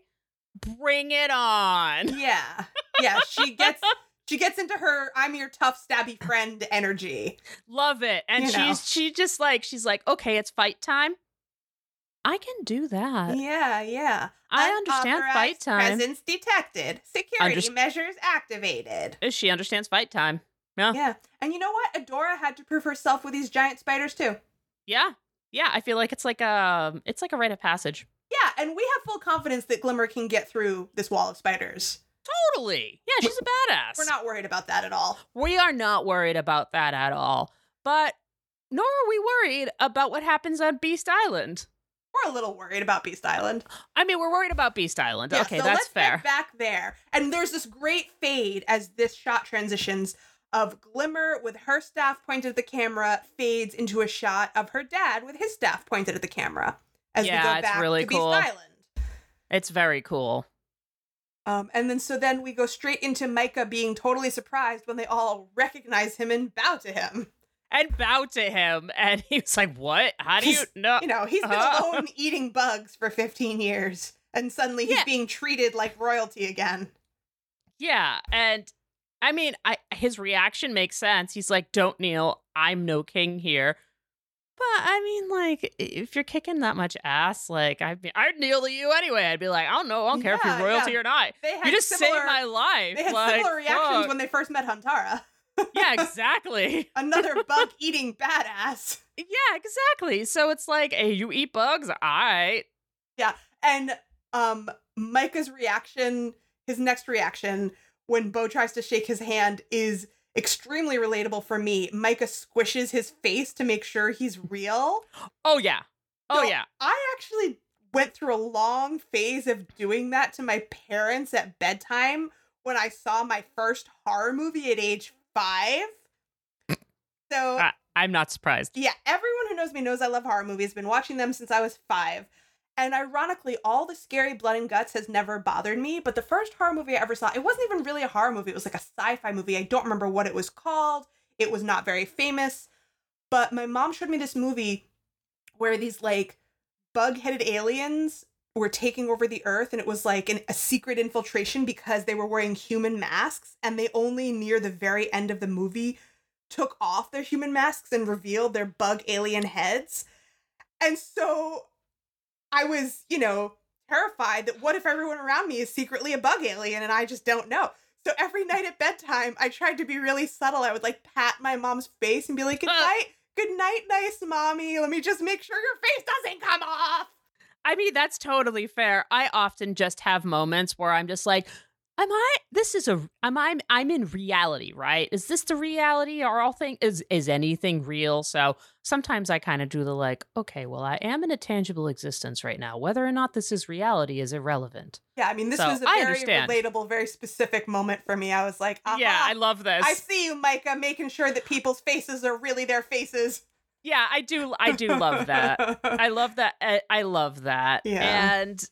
Speaker 1: bring it on.
Speaker 2: Yeah. Yeah, she gets she gets into her I'm your tough stabby friend energy.
Speaker 1: Love it. And
Speaker 2: You know.
Speaker 1: she's she just like she's like, okay, it's fight time. I can do that.
Speaker 2: Yeah, yeah.
Speaker 1: Uh, I understand fight
Speaker 2: Unauthorized
Speaker 1: time.
Speaker 2: Presence detected. Security
Speaker 1: Underst-
Speaker 2: measures activated.
Speaker 1: Uh, She understands fight time. Yeah.
Speaker 2: Yeah. And you know what? Adora had to prove herself with these giant spiders too.
Speaker 1: Yeah. Yeah. I feel like it's like a it's like a rite of passage.
Speaker 2: Yeah, and we have full confidence that Glimmer can get through this wall of spiders.
Speaker 1: Totally. Yeah, she's a badass.
Speaker 2: We're not worried about that at all.
Speaker 1: We are not worried about that at all. But nor are we worried about what happens on Beast Island.
Speaker 2: We're a little worried about Beast Island.
Speaker 1: I mean, we're worried about Beast Island.
Speaker 2: Yeah,
Speaker 1: okay,
Speaker 2: so
Speaker 1: that's
Speaker 2: let's
Speaker 1: fair.
Speaker 2: Get back there, and there's this great fade as this shot transitions of Glimmer with her staff pointed at the camera fades into a shot of her dad with his staff pointed at the camera as we
Speaker 1: Yeah,
Speaker 2: go
Speaker 1: it's
Speaker 2: back
Speaker 1: really
Speaker 2: to
Speaker 1: cool.
Speaker 2: Beast Island.
Speaker 1: It's very cool.
Speaker 2: Um, and then so then we go straight into Micah being totally surprised when they all recognize him and bow to him.
Speaker 1: And bow to him, and he was like, "What? How do you know?"
Speaker 2: You know, he's been
Speaker 1: Uh-huh.
Speaker 2: alone eating bugs for 15 years, and suddenly he's
Speaker 1: Yeah.
Speaker 2: being treated like royalty again.
Speaker 1: Yeah, and I mean, I his reaction makes sense. He's like, "Don't kneel. I'm no king here." But I mean, like, if you're kicking that much ass, like, I'd be, I'd kneel to you anyway. I'd be like, I don't know, I don't care if
Speaker 2: Yeah,
Speaker 1: you're royalty
Speaker 2: yeah.
Speaker 1: or not.
Speaker 2: They had
Speaker 1: You just
Speaker 2: similar,
Speaker 1: saved my life.
Speaker 2: they had
Speaker 1: like,
Speaker 2: similar reactions
Speaker 1: fuck.
Speaker 2: when they first met Huntara.
Speaker 1: yeah, exactly.
Speaker 2: another bug eating badass.
Speaker 1: Yeah, exactly. So it's like, hey, you eat bugs, all right.
Speaker 2: And um Micah's reaction, his next reaction when Bo tries to shake his hand is extremely relatable for me. Micah squishes his face to make sure he's real.
Speaker 1: Oh yeah, oh
Speaker 2: So-
Speaker 1: yeah.
Speaker 2: I actually went through a long phase of doing that to my parents at bedtime when I saw my first horror movie at age 5. So
Speaker 1: I, I'm not surprised.
Speaker 2: Yeah, everyone who knows me knows I love horror movies. Been watching them since I was five. And ironically, all the scary blood and guts has never bothered me. But the first horror movie I ever saw, it wasn't even really a horror movie. It was like a sci fi movie. I don't remember what it was called. It was not very famous. But my mom showed me this movie where these like bug headed aliens were taking over the earth. And it was like an, a secret infiltration because they were wearing human masks. And they only near the very end of the movie took off their human masks and revealed their bug alien heads. And so I was, you know, terrified that what if everyone around me is secretly a bug alien and I just don't know. So every night at bedtime, I tried to be really subtle. I would like pat my mom's face and be like, "Good
Speaker 1: Uh.
Speaker 2: night, good night, nice mommy. Let me just make sure your face doesn't come off."
Speaker 1: I mean, that's totally fair. I often just have moments where I'm just like, am I this is a am I I'm in reality, right? Is this the reality or all thing is is anything real? So sometimes I kind of do the like, okay, well, I am in a tangible existence right now. Whether or not this is reality is irrelevant.
Speaker 2: Yeah, I mean, this
Speaker 1: So,
Speaker 2: was a
Speaker 1: I
Speaker 2: very
Speaker 1: understand.
Speaker 2: relatable, very specific moment for me. I was like, Aha,
Speaker 1: Yeah, I love this.
Speaker 2: Uh-huh. I see you, Micah, making sure that people's faces are really their faces."
Speaker 1: yeah, I do I do love that. I love that. I, I love that.
Speaker 2: Yeah.
Speaker 1: And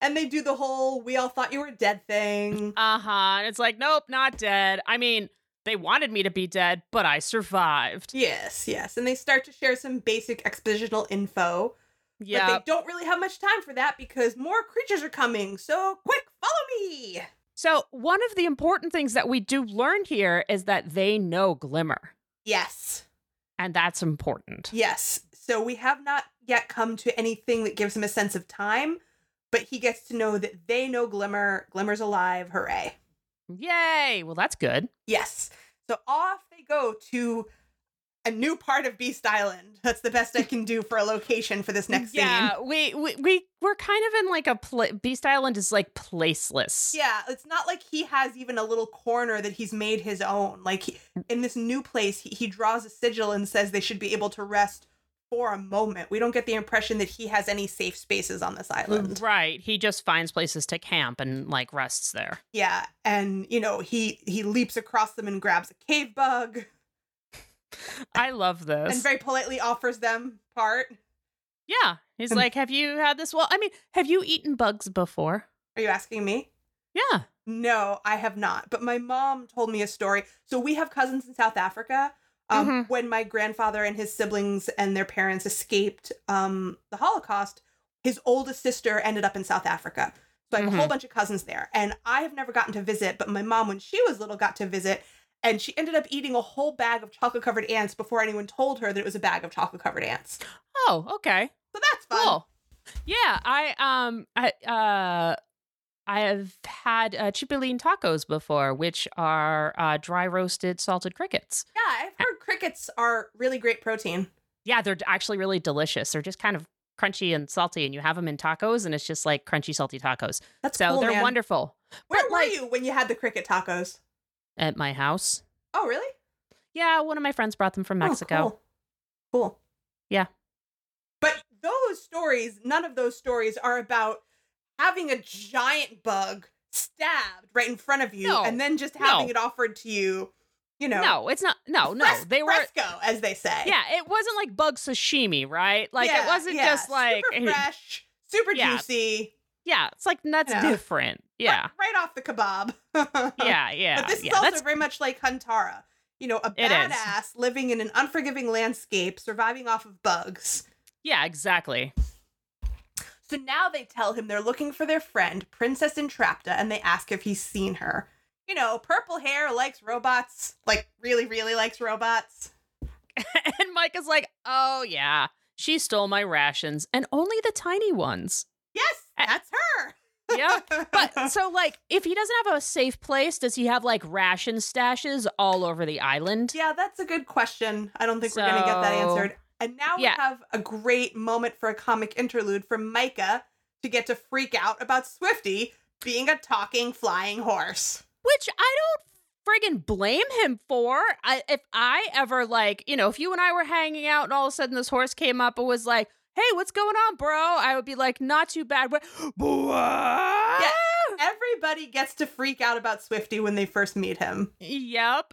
Speaker 2: and they do the whole "we all thought you were dead" thing.
Speaker 1: uh-huh. And it's like, nope, not dead. I mean, they wanted me to be dead, but I survived.
Speaker 2: Yes, yes, and they start to share some basic expositional info,
Speaker 1: Yeah.
Speaker 2: but they don't really have much time for that because more creatures are coming. So quick, follow me.
Speaker 1: So, one of the important things that we do learn here is that they know Glimmer,
Speaker 2: Yes,
Speaker 1: and that's important.
Speaker 2: yes. So we have not yet come to anything that gives him a sense of time, but he gets to know that they know Glimmer. Glimmer's alive. Hooray!
Speaker 1: Yay! Well, that's good.
Speaker 2: Yes. So off they go to a new part of Beast Island. That's the best I can do for a location for this next scene.
Speaker 1: yeah, we we we we're kind of in like a pla- Beast Island is like placeless.
Speaker 2: Yeah, it's not like he has even a little corner that he's made his own. Like he, in this new place, he, he draws a sigil and says they should be able to rest for a moment. We don't get the impression that he has any safe spaces on this island.
Speaker 1: Right. He just finds places to camp and like rests there.
Speaker 2: Yeah, and you know, he he leaps across them and grabs a cave bug
Speaker 1: I love this.
Speaker 2: and very politely offers them part.
Speaker 1: yeah. He's
Speaker 2: And-
Speaker 1: like, Have you had this? Well, I mean, have you eaten bugs before?
Speaker 2: Are you asking me?
Speaker 1: Yeah.
Speaker 2: No, I have not. But my mom told me a story. So we have cousins in South Africa. Um,
Speaker 1: Mhm.
Speaker 2: When my grandfather and his siblings and their parents escaped um, the Holocaust, his oldest sister ended up in South Africa. So I have a whole
Speaker 1: Mhm.
Speaker 2: bunch of cousins there. And I have never gotten to visit, but my mom, when she was little, got to visit. And she ended up eating a whole bag of chocolate covered ants before anyone told her that it was a bag of chocolate covered ants.
Speaker 1: Oh, okay.
Speaker 2: So that's fun.
Speaker 1: Cool. Yeah, I um I uh I have had uh, chipiline tacos before, which are uh, dry roasted salted crickets.
Speaker 2: Yeah, I've heard crickets are really great protein.
Speaker 1: Yeah, they're actually really delicious. They're just kind of crunchy and salty, and you have them in tacos, and it's just like crunchy, salty tacos.
Speaker 2: That's
Speaker 1: So
Speaker 2: cool,
Speaker 1: they're
Speaker 2: man.
Speaker 1: wonderful
Speaker 2: Where
Speaker 1: but,
Speaker 2: were
Speaker 1: like-
Speaker 2: you when you had the cricket tacos?
Speaker 1: at my house.
Speaker 2: Oh, really?
Speaker 1: Yeah, one of my friends brought them from
Speaker 2: Oh,
Speaker 1: Mexico.
Speaker 2: cool. cool.
Speaker 1: Yeah.
Speaker 2: But those stories, none of those stories are about having a giant bug stabbed right in front of you
Speaker 1: No.
Speaker 2: and then just having
Speaker 1: No.
Speaker 2: it offered to you, you know.
Speaker 1: No, it's not. No, no,
Speaker 2: fres-
Speaker 1: they were.
Speaker 2: fresco, as they say.
Speaker 1: Yeah, it wasn't like bug sashimi, right? Like
Speaker 2: Yeah,
Speaker 1: it wasn't
Speaker 2: yeah.
Speaker 1: just like eh,
Speaker 2: super fresh, super
Speaker 1: Yeah.
Speaker 2: juicy,
Speaker 1: yeah, it's like that's
Speaker 2: Yeah.
Speaker 1: different. Yeah,
Speaker 2: right, right off the kebab. yeah.
Speaker 1: yeah, yeah.
Speaker 2: But this
Speaker 1: yeah.
Speaker 2: is also
Speaker 1: that's
Speaker 2: very much like Huntara. You know, a
Speaker 1: It is.
Speaker 2: badass living in an unforgiving landscape, surviving off of bugs.
Speaker 1: yeah, exactly.
Speaker 2: So now they tell him they're looking for their friend, Princess Entrapta, and they ask if he's seen her. You know, purple hair likes robots, like really, really likes robots.
Speaker 1: And Mike is like, oh, yeah, she stole my rations and only the tiny ones.
Speaker 2: Yes,
Speaker 1: A-
Speaker 2: that's her.
Speaker 1: Yeah. But so, like, if he doesn't have a safe place, does he have like ration stashes all over the island?
Speaker 2: yeah, that's a good question. I don't think we're gonna get that
Speaker 1: So-
Speaker 2: answered. And now
Speaker 1: Yeah.
Speaker 2: we have a great moment for a comic interlude from Micah to get to freak out about Swifty being a talking flying horse.
Speaker 1: Which I don't friggin' blame him for. I, if I ever, like, you know, if you and I were hanging out and all of a sudden this horse came up and was like, hey, what's going on, bro? I would be like, not too bad. But, yeah.
Speaker 2: Everybody gets to freak out about Swifty when they first meet him.
Speaker 1: Yep.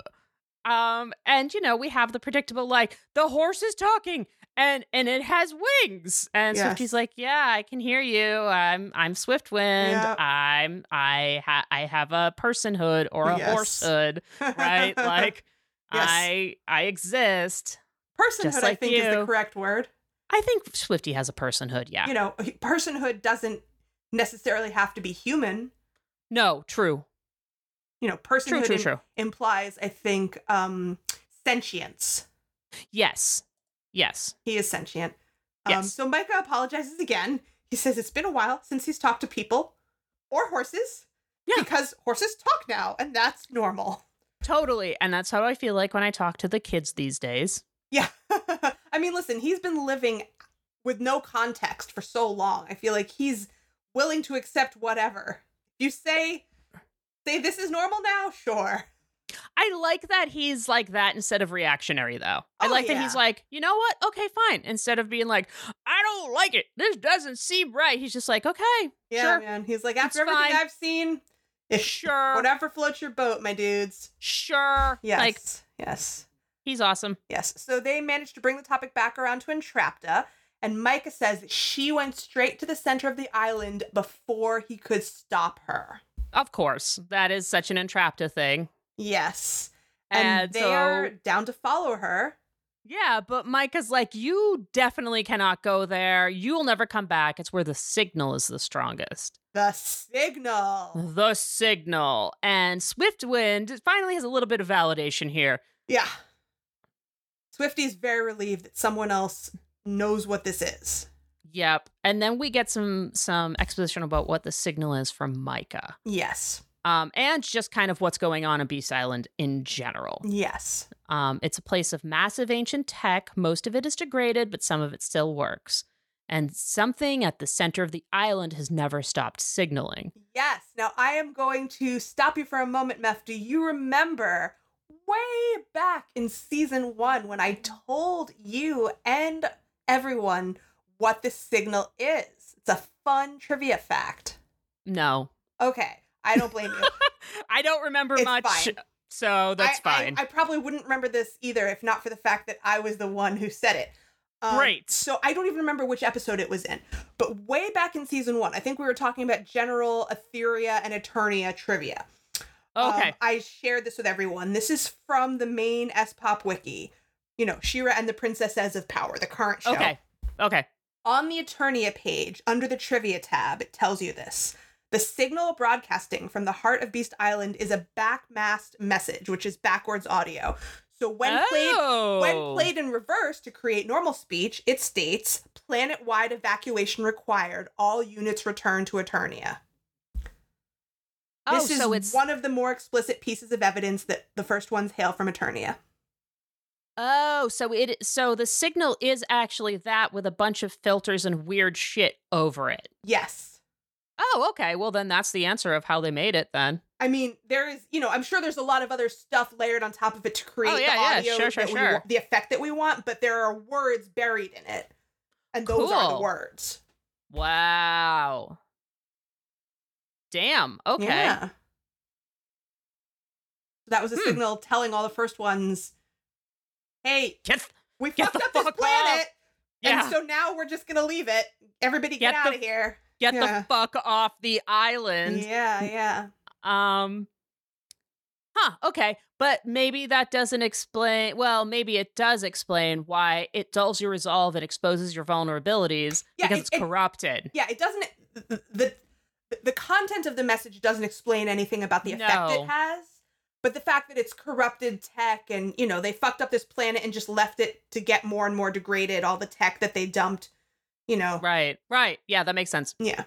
Speaker 1: Um, and you know, we have the predictable like the horse is talking and and it has wings. And
Speaker 2: Yes.
Speaker 1: Swifty's like, Yeah, I can hear you. I'm I'm Swiftwind.
Speaker 2: Yep.
Speaker 1: I'm I ha- I have a personhood or a
Speaker 2: Yes.
Speaker 1: horsehood, right? like
Speaker 2: Yes.
Speaker 1: I I exist.
Speaker 2: Personhood,
Speaker 1: Just
Speaker 2: I
Speaker 1: like
Speaker 2: think, is the
Speaker 1: you.
Speaker 2: correct word.
Speaker 1: I think Swifty has a personhood, yeah.
Speaker 2: You know, personhood doesn't necessarily have to be human.
Speaker 1: No, true.
Speaker 2: You know,
Speaker 1: True,
Speaker 2: personhood
Speaker 1: true,
Speaker 2: im-
Speaker 1: true.
Speaker 2: implies, I think, um, sentience.
Speaker 1: Yes. Yes.
Speaker 2: He is sentient. Um,
Speaker 1: Yes.
Speaker 2: so Micah apologizes again. He says it's been a while since he's talked to people or horses.
Speaker 1: Yeah.
Speaker 2: Because horses talk now, and that's normal.
Speaker 1: Totally. And that's how I feel like when I talk to the kids these days.
Speaker 2: Yeah. I mean, listen, he's been living with no context for so long. I feel like he's willing to accept whatever. You say say this is normal now? Sure.
Speaker 1: I like that he's like that instead of reactionary, though. I
Speaker 2: Oh,
Speaker 1: like
Speaker 2: yeah.
Speaker 1: that he's like, you know what? Okay, fine. Instead of being like, I don't like it. This doesn't seem right. He's just like, okay,
Speaker 2: Yeah,
Speaker 1: Sure.
Speaker 2: man. He's like
Speaker 1: It's
Speaker 2: after everything
Speaker 1: fine.
Speaker 2: I've seen, um, if
Speaker 1: sure,
Speaker 2: whatever floats your boat, my dudes.
Speaker 1: sure.
Speaker 2: Yes.
Speaker 1: Like,
Speaker 2: yes.
Speaker 1: he's awesome.
Speaker 2: Yes. So they managed to bring the topic back around to Entrapta, and Micah says that she went straight to the center of the island before he could stop her.
Speaker 1: Of course. That is such an entrapta thing.
Speaker 2: Yes. And,
Speaker 1: And,
Speaker 2: they
Speaker 1: so,
Speaker 2: are down to follow her.
Speaker 1: yeah, but Micah's like, you definitely cannot go there. You'll never come back. It's where the signal is the strongest.
Speaker 2: The signal.
Speaker 1: The signal. And Swiftwind finally has a little bit of validation here.
Speaker 2: Yeah. Swifty's very relieved that someone else knows what this is.
Speaker 1: Yep. And then we get some some exposition about what the signal is from Micah.
Speaker 2: Yes.
Speaker 1: Um, and just kind of what's going on on Beast Island in
Speaker 2: Mm.
Speaker 1: general.
Speaker 2: Yes.
Speaker 1: Um, it's a place of massive ancient tech. Most of it is degraded, but some of it still works. And something at the center of the island has never stopped signaling.
Speaker 2: Yes. Now I am going to stop you for a moment, Meph. Do you remember way back in season one when I told you and everyone what this signal is. It's a fun trivia fact.
Speaker 1: No,
Speaker 2: Okay, I don't blame you.
Speaker 1: I don't remember
Speaker 2: It's
Speaker 1: much,
Speaker 2: fine.
Speaker 1: so that's
Speaker 2: I, I-
Speaker 1: fine.
Speaker 2: I, um, probably wouldn't remember this either if not for the fact that I was the one who said it. Um,
Speaker 1: Great.
Speaker 2: So I don't even remember which episode it was in. But way back in season one, I think we were talking about general Etheria and Eternia trivia. Um,
Speaker 1: okay,
Speaker 2: I shared this with everyone. This is from the main S Pop Wiki. You know, Shira and the Princesses of Power, the current show.
Speaker 1: okay, okay.
Speaker 2: On the Eternia page, under the trivia tab, it tells you this. The signal broadcasting from the heart of Beast Island is a backmast message, which is backwards audio. So when played
Speaker 1: oh.
Speaker 2: when played in reverse to create normal speech, it states planet-wide evacuation required. All units return to Eternia.
Speaker 1: oh,
Speaker 2: this is
Speaker 1: so it's
Speaker 2: one of the more explicit pieces of evidence that the first ones hail from Eternia.
Speaker 1: oh, so it so the signal is actually that with a bunch of filters and weird shit over it.
Speaker 2: Yes.
Speaker 1: Oh, okay. Well, then that's the answer of how they made it. Then
Speaker 2: I mean, there is, you know, I'm sure there's a lot of other stuff layered on top of it to create
Speaker 1: Oh, yeah,
Speaker 2: the
Speaker 1: yeah,
Speaker 2: audio,
Speaker 1: sure, sure,
Speaker 2: that we
Speaker 1: sure.
Speaker 2: wa- the effect that we want, but there are words buried in it. And those are the
Speaker 1: Cool.
Speaker 2: words.
Speaker 1: wow. Damn. Okay.
Speaker 2: Yeah. So that was a
Speaker 1: Hmm.
Speaker 2: signal telling all the first ones, hey,
Speaker 1: Get th-
Speaker 2: we
Speaker 1: Get
Speaker 2: fucked
Speaker 1: the
Speaker 2: up this
Speaker 1: fuck
Speaker 2: planet.
Speaker 1: yeah.
Speaker 2: And so now we're just going to leave it. Everybody get,
Speaker 1: Get
Speaker 2: out
Speaker 1: the-
Speaker 2: of here.
Speaker 1: Get
Speaker 2: yeah.
Speaker 1: the fuck off the island.
Speaker 2: yeah, yeah.
Speaker 1: Um Huh, okay. But maybe that doesn't explain well, maybe it does explain why it dulls your resolve, it exposes your vulnerabilities
Speaker 2: Yeah,
Speaker 1: because
Speaker 2: it-
Speaker 1: it's
Speaker 2: it-
Speaker 1: corrupted.
Speaker 2: yeah it doesn't the the, the content of the message doesn't explain anything about the effect
Speaker 1: No.
Speaker 2: it has but the fact that it's corrupted tech and you know they fucked up this planet and just left it to get more and more degraded all the tech that they dumped you know
Speaker 1: Right. Right. Yeah, that makes sense.
Speaker 2: yeah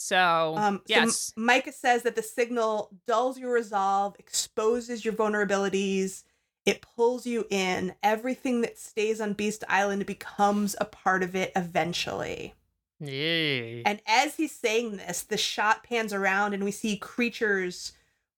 Speaker 1: So
Speaker 2: um so M-
Speaker 1: yes.
Speaker 2: micah says that the signal dulls your resolve exposes your vulnerabilities it pulls you in everything that stays on beast island becomes a part of it eventually
Speaker 1: Yeah.
Speaker 2: And as he's saying this, the shot pans around and we see creatures,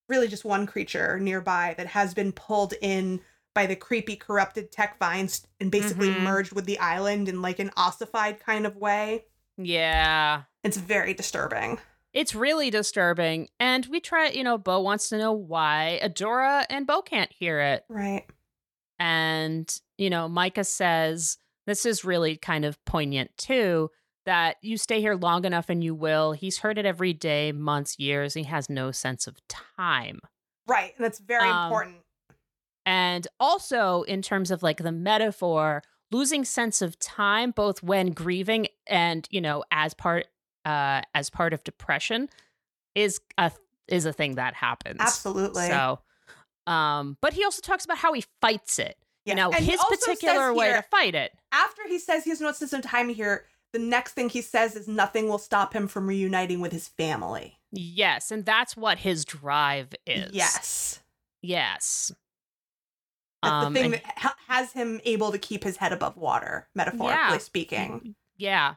Speaker 2: really just one creature nearby that has been pulled in by the creepy, corrupted tech vines and basically
Speaker 1: Mhm.
Speaker 2: merged with the island in like an ossified kind of way.
Speaker 1: yeah.
Speaker 2: It's very disturbing.
Speaker 1: It's really disturbing. And we try, you know, Bo wants to know why Adora and Bo can't hear it.
Speaker 2: Right.
Speaker 1: And, you know, Micah says, this is really kind of poignant too, that you stay here long enough and you will. He's heard it every day, months, years. He has no sense of time.
Speaker 2: Right. And that's very
Speaker 1: Um,
Speaker 2: important.
Speaker 1: And also, in terms of like the metaphor, losing sense of time, both when grieving and, you know, as part uh as part of depression is a is a thing that happens.
Speaker 2: Absolutely.
Speaker 1: So um but he also talks about how he fights it.
Speaker 2: Yeah.
Speaker 1: You know,
Speaker 2: And he
Speaker 1: his
Speaker 2: also says
Speaker 1: particular way
Speaker 2: here-
Speaker 1: to fight it.
Speaker 2: After he says he has no sense of time here, the next thing he says is nothing will stop him from reuniting with his family.
Speaker 1: Yes, and that's what his drive is.
Speaker 2: Yes.
Speaker 1: Yes.
Speaker 2: That's
Speaker 1: Um,
Speaker 2: the thing
Speaker 1: and-
Speaker 2: that ha- has him able to keep his head above water, metaphorically
Speaker 1: Yeah.
Speaker 2: speaking.
Speaker 1: yeah.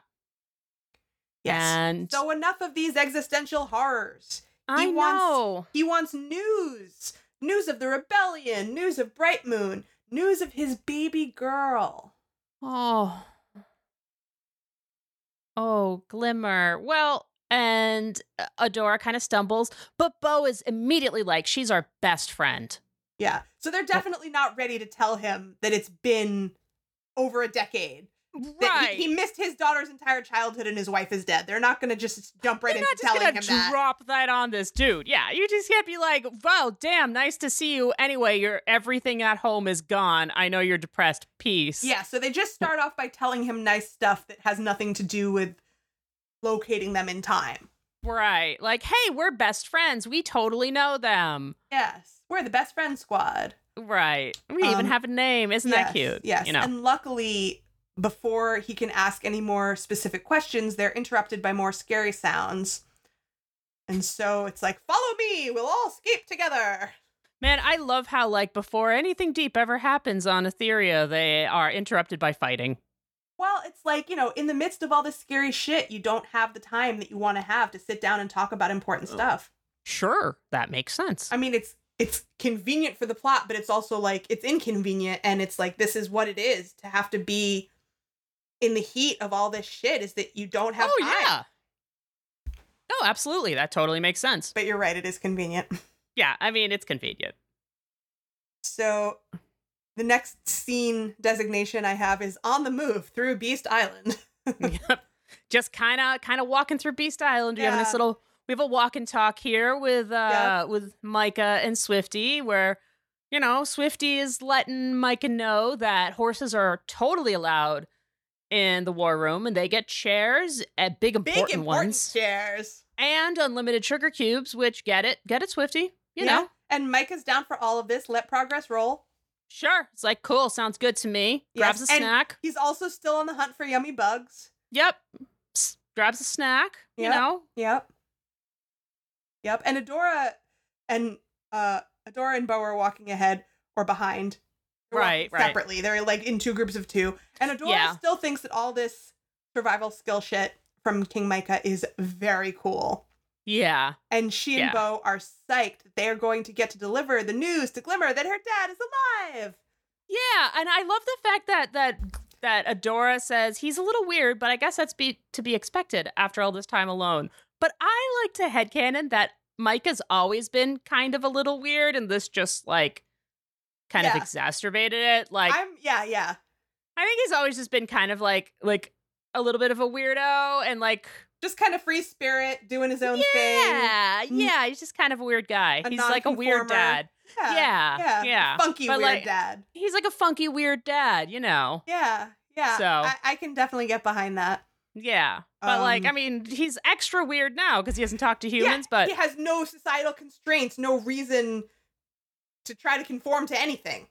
Speaker 2: Yes.
Speaker 1: And
Speaker 2: so enough of these existential horrors.
Speaker 1: I
Speaker 2: wants-
Speaker 1: know.
Speaker 2: He wants news. News of the rebellion, news of Bright Moon, news of his baby girl.
Speaker 1: Oh. Oh, Glimmer. Well, and uh, Adora kind of stumbles, but Bo is immediately like, she's our best friend.
Speaker 2: Yeah. So they're definitely not ready to tell him that it's been over a decade. That
Speaker 1: Right.
Speaker 2: he, he missed his daughter's entire childhood and his wife is dead. They're not going to just jump right
Speaker 1: You're
Speaker 2: into
Speaker 1: not just
Speaker 2: telling
Speaker 1: gonna
Speaker 2: him that.
Speaker 1: drop that on this dude. Yeah, you just can't be like, "Well, damn, nice to see you." Anyway, your everything at home is gone. I know you're depressed. Peace.
Speaker 2: Yeah, so they just start off by telling him nice stuff that has nothing to do with locating them in time.
Speaker 1: right. Like, hey, we're best friends. We totally know them.
Speaker 2: Yes, we're the best friend squad.
Speaker 1: Right. We even
Speaker 2: Um,
Speaker 1: have a name. Isn't
Speaker 2: yes,
Speaker 1: that cute?
Speaker 2: Yes,
Speaker 1: You know.
Speaker 2: and luckily, before he can ask any more specific questions, they're interrupted by more scary sounds. And so it's like, follow me, we'll all escape together.
Speaker 1: Man, I love how like before anything deep ever happens on Etheria, they are interrupted by fighting.
Speaker 2: Well, it's like, you know, in the midst of all this scary shit, you don't have the time that you want to have to sit down and talk about important stuff.
Speaker 1: Sure, that makes sense.
Speaker 2: I mean, it's it's convenient for the plot, but it's also like it's inconvenient, and it's like this is what it is to have to be in the heat of all this shit is that you don't have
Speaker 1: oh
Speaker 2: time.
Speaker 1: yeah. No, absolutely. That totally makes sense.
Speaker 2: But you're right, it is convenient.
Speaker 1: Yeah, I mean it's convenient.
Speaker 2: So the next scene designation I have is on the move through Beast Island.
Speaker 1: yep. Just kind of kind of walking through Beast Island. We have a
Speaker 2: Yeah.
Speaker 1: nice little we have a walk and talk here with uh with Micah and Swifty where you know, Swifty is letting Micah know that horses are totally allowed in the war room and they get chairs at big
Speaker 2: Big
Speaker 1: important,
Speaker 2: important
Speaker 1: ones
Speaker 2: chairs.
Speaker 1: and unlimited sugar cubes which get it get it Swifty, you know.
Speaker 2: And Micah's down for all of this. Let progress roll.
Speaker 1: Sure. It's like cool, sounds good to me.
Speaker 2: Yes,
Speaker 1: Grabs a
Speaker 2: and-
Speaker 1: snack.
Speaker 2: He's also still on the hunt for yummy bugs.
Speaker 1: Yep. S- grabs a snack, you
Speaker 2: Yep.
Speaker 1: know.
Speaker 2: Yep. Yep. And Adora and uh Adora and Bo are walking ahead or behind. They're walking
Speaker 1: Right, right.
Speaker 2: Separately. They're like in two groups of two. And Adora
Speaker 1: Yeah.
Speaker 2: still thinks that all this survival skill shit from King Micah is very cool.
Speaker 1: Yeah.
Speaker 2: And she and
Speaker 1: Yeah.
Speaker 2: Bo are psyched that they are going to get to deliver the news to Glimmer that her dad is alive.
Speaker 1: Yeah, and I love the fact that that that Adora says he's a little weird, but I guess that's be to be expected after all this time alone. But I like to headcanon that Mike has always been kind of a little weird and this just like kind
Speaker 2: Yeah.
Speaker 1: of exacerbated it. Like
Speaker 2: I'm yeah, yeah.
Speaker 1: I think he's always just been kind of like like a little bit of a weirdo and like
Speaker 2: Just kind of free spirit, doing his own thing.
Speaker 1: yeah, yeah, he's just kind of a weird guy.
Speaker 2: Mm. A
Speaker 1: he's like a weird
Speaker 2: nonconformer.
Speaker 1: dad. Yeah.
Speaker 2: yeah.
Speaker 1: Yeah.
Speaker 2: Funky
Speaker 1: But,
Speaker 2: weird
Speaker 1: like,
Speaker 2: dad.
Speaker 1: He's like a funky weird dad, you know.
Speaker 2: Yeah, yeah.
Speaker 1: So-
Speaker 2: I, I can definitely get behind that.
Speaker 1: Yeah. But like,
Speaker 2: Um,
Speaker 1: I mean, he's extra weird now because he hasn't talked to humans, but
Speaker 2: he has no societal constraints, no reason to try to conform to anything.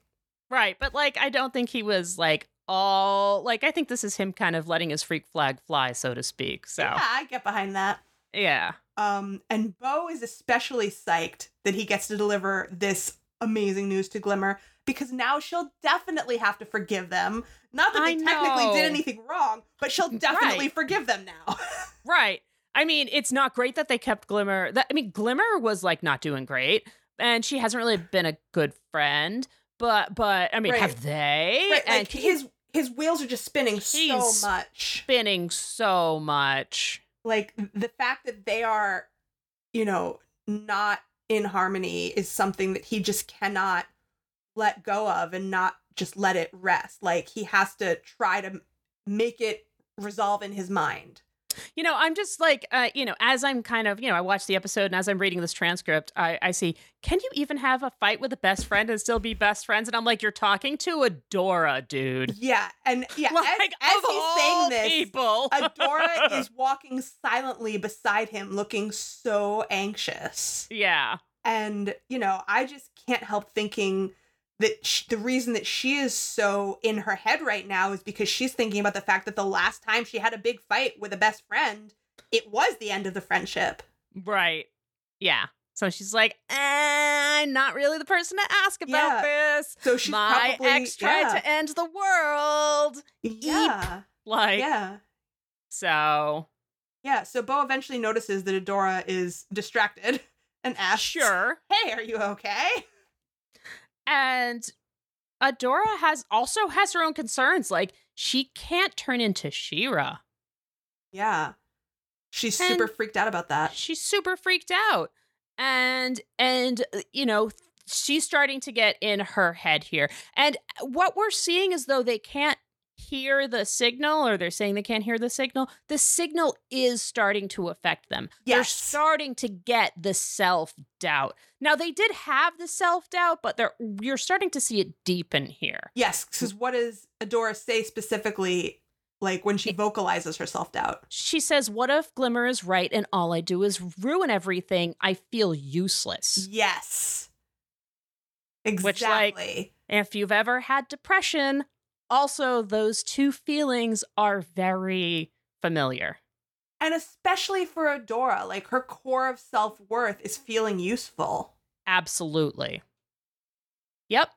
Speaker 1: right, but like I don't think he was like all like I think this is him kind of letting his freak flag fly, so to speak. So
Speaker 2: Yeah, I get behind that.
Speaker 1: yeah.
Speaker 2: Um, and Bo is especially psyched that he gets to deliver this amazing news to Glimmer because now she'll definitely have to forgive them. Not that they
Speaker 1: I
Speaker 2: technically
Speaker 1: know.
Speaker 2: did anything wrong, but she'll definitely
Speaker 1: Right.
Speaker 2: forgive them now.
Speaker 1: Right. I mean, it's not great that they kept Glimmer that I mean, Glimmer was like not doing great. And she hasn't really been a good friend. But but I mean,
Speaker 2: Right.
Speaker 1: have they?
Speaker 2: Right,
Speaker 1: and
Speaker 2: like his his wheels are just spinning so
Speaker 1: He's-
Speaker 2: much.
Speaker 1: spinning so much.
Speaker 2: like the fact that they are you know not in harmony is something that he just cannot let go of and not just let it rest like he has to try to make it resolve in his mind
Speaker 1: you know i'm just like uh, you know as i'm kind of you know i watch the episode and as i'm reading this transcript I, I see can you even have a fight with a best friend and still be best friends and i'm like you're talking to adora dude
Speaker 2: yeah and yeah
Speaker 1: like
Speaker 2: as, as
Speaker 1: of
Speaker 2: he's
Speaker 1: all
Speaker 2: saying this
Speaker 1: people
Speaker 2: adora is walking silently beside him looking so anxious
Speaker 1: yeah
Speaker 2: and you know i just can't help thinking that sh- the reason that she is so in her head right now is because she's thinking about the fact that the last time she had a big fight with a best friend it was the end of the friendship
Speaker 1: right yeah so she's like eh, not really the person to ask about this
Speaker 2: so she's
Speaker 1: my
Speaker 2: probably
Speaker 1: ex tried
Speaker 2: yeah,
Speaker 1: to end the world
Speaker 2: yeah
Speaker 1: like
Speaker 2: yeah
Speaker 1: so
Speaker 2: yeah so bo eventually notices that adora is distracted and asks
Speaker 1: sure
Speaker 2: hey are you okay
Speaker 1: and Adora has also has her own concerns. Like she can't turn into Shira.
Speaker 2: yeah she's super
Speaker 1: And-
Speaker 2: freaked out about that
Speaker 1: She's super freaked out, and and uh, you know she's starting to get in her head here. And uh, what we're seeing is though they can't hear the signal, or they're saying they can't hear the signal. The signal is starting to affect them. They're
Speaker 2: Yes.
Speaker 1: starting to get the self doubt. Now they did have the self doubt, but they're you're starting to see it deepen here.
Speaker 2: yes because what does adora say specifically like when she vocalizes her self-doubt
Speaker 1: She says, What if Glimmer is right and all I do is ruin everything? I feel
Speaker 2: Mm.
Speaker 1: useless.
Speaker 2: Yes. Exactly.
Speaker 1: Which, like- If you've ever had depression, also those two feelings are very familiar.
Speaker 2: and especially for Adora, like her core of self worth is feeling useful.
Speaker 1: Absolutely. Yep.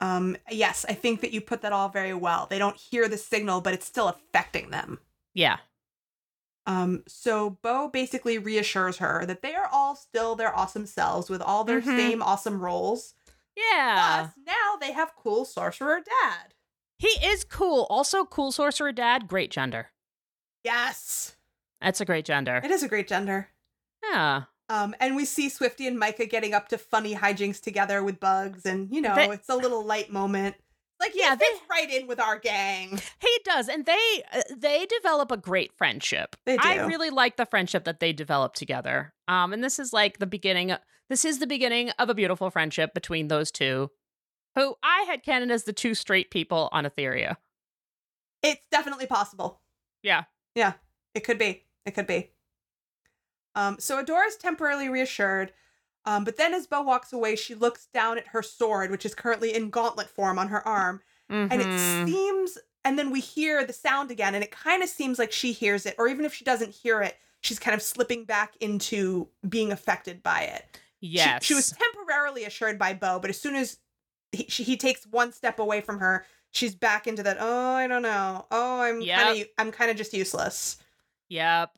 Speaker 2: Um, yes, I think that you put that all very well. They don't hear the signal, but it's still affecting them.
Speaker 1: Yeah.
Speaker 2: Um, so Bo basically reassures her that they are all still their awesome selves with all their
Speaker 1: Mhm.
Speaker 2: same awesome roles.
Speaker 1: Yeah.
Speaker 2: Plus, now they have cool sorcerer dad.
Speaker 1: He is cool. Also, cool sorcerer dad, great gender.
Speaker 2: Yes.
Speaker 1: That's a great gender.
Speaker 2: It is a great gender.
Speaker 1: Yeah.
Speaker 2: Um, and we see Swifty and Micah getting up to funny hijinks together with Bugs, and you know,
Speaker 1: They-
Speaker 2: it's a little light moment. Like, yeah,
Speaker 1: Yeah,
Speaker 2: he
Speaker 1: they-
Speaker 2: fits right in with our gang.
Speaker 1: He does, and they uh, they develop a great friendship.
Speaker 2: They
Speaker 1: I
Speaker 2: do.
Speaker 1: really like the friendship that they develop together. Um, and this is like the beginning. uh, This is the beginning of a beautiful friendship between those two, who I had canon as the two straight people on Etheria.
Speaker 2: It's definitely possible.
Speaker 1: Yeah.
Speaker 2: Yeah. It could be. It could be. Um, so Adora is temporarily reassured. Um, but then as Bo walks away, she looks down at her sword, which is currently in gauntlet form on her arm. And it
Speaker 1: Mhm.
Speaker 2: seems, and then we hear the sound again, and it kind of seems like she hears it, or even if she doesn't hear it, she's kind of slipping back into being affected by it. She-
Speaker 1: yes,
Speaker 2: She, was temporarily assured by Bo, but as soon as he, she, he takes one step away from her, she's back into that. Oh, I don't know. Oh, I'm kind of I'm kind of just useless.
Speaker 1: Yep,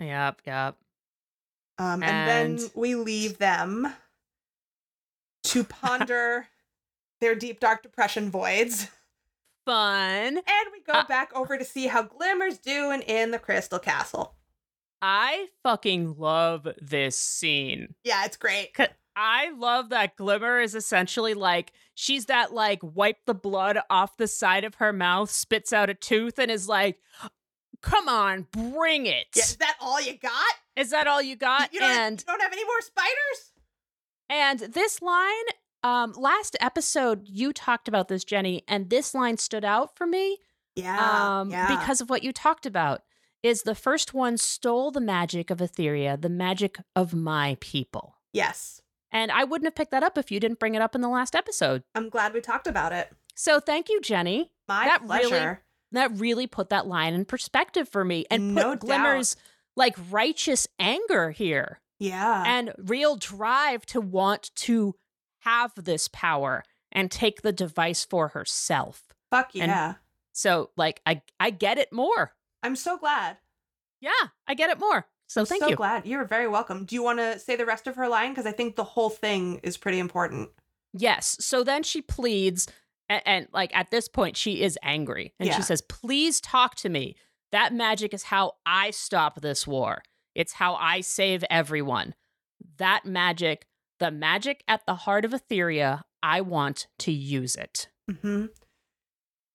Speaker 1: yep, yep.
Speaker 2: Um, and, then
Speaker 1: And-
Speaker 2: we leave them to ponder their deep dark depression voids,
Speaker 1: Fun.
Speaker 2: and we go
Speaker 1: Uh-
Speaker 2: back over to see how Glimmer's doing in the Crystal Castle.
Speaker 1: I fucking love this scene.
Speaker 2: Yeah, it's great.
Speaker 1: C- I love that Glimmer is essentially like she's that like wipe the blood off the side of her mouth, spits out a tooth, and is like, "Come on, bring it!
Speaker 2: Yeah,
Speaker 1: Is
Speaker 2: is that all you got?
Speaker 1: that all you got?"
Speaker 2: you, don't have,
Speaker 1: Uh, and
Speaker 2: you don't have any more spiders?
Speaker 1: and this line, um, last episode you talked about this, Jenny, and this line stood out for me
Speaker 2: Yeah,
Speaker 1: um,
Speaker 2: yeah.
Speaker 1: because of what you talked about. Is the first one stole the magic of Etheria, the magic of my people,
Speaker 2: yes,
Speaker 1: and I wouldn't have picked that up if you didn't bring it up in the last episode.
Speaker 2: I'm glad we talked about it.
Speaker 1: So thank you, Jenny.
Speaker 2: My
Speaker 1: That really-
Speaker 2: pleasure.
Speaker 1: That really put that line in perspective for me and
Speaker 2: No
Speaker 1: put
Speaker 2: doubt.
Speaker 1: Glimmer's like righteous anger here
Speaker 2: Yeah.
Speaker 1: and real drive to want to have this power and take the device for herself.
Speaker 2: Fuck
Speaker 1: and-
Speaker 2: yeah.
Speaker 1: So like I I get it more.
Speaker 2: I'm so glad.
Speaker 1: Yeah, I get it more. So
Speaker 2: I'm
Speaker 1: thank
Speaker 2: so
Speaker 1: you.
Speaker 2: glad. You're very welcome. Do you want to say the rest of her line? Because I think the whole thing is pretty important.
Speaker 1: Yes. So then she pleads, and, and like at this point, she is angry and
Speaker 2: Yeah.
Speaker 1: she says, Please talk to me. That magic is how I stop this war, it's how I save everyone. That magic, the magic at the heart of Etheria, I want to use it.
Speaker 2: Mm-hmm.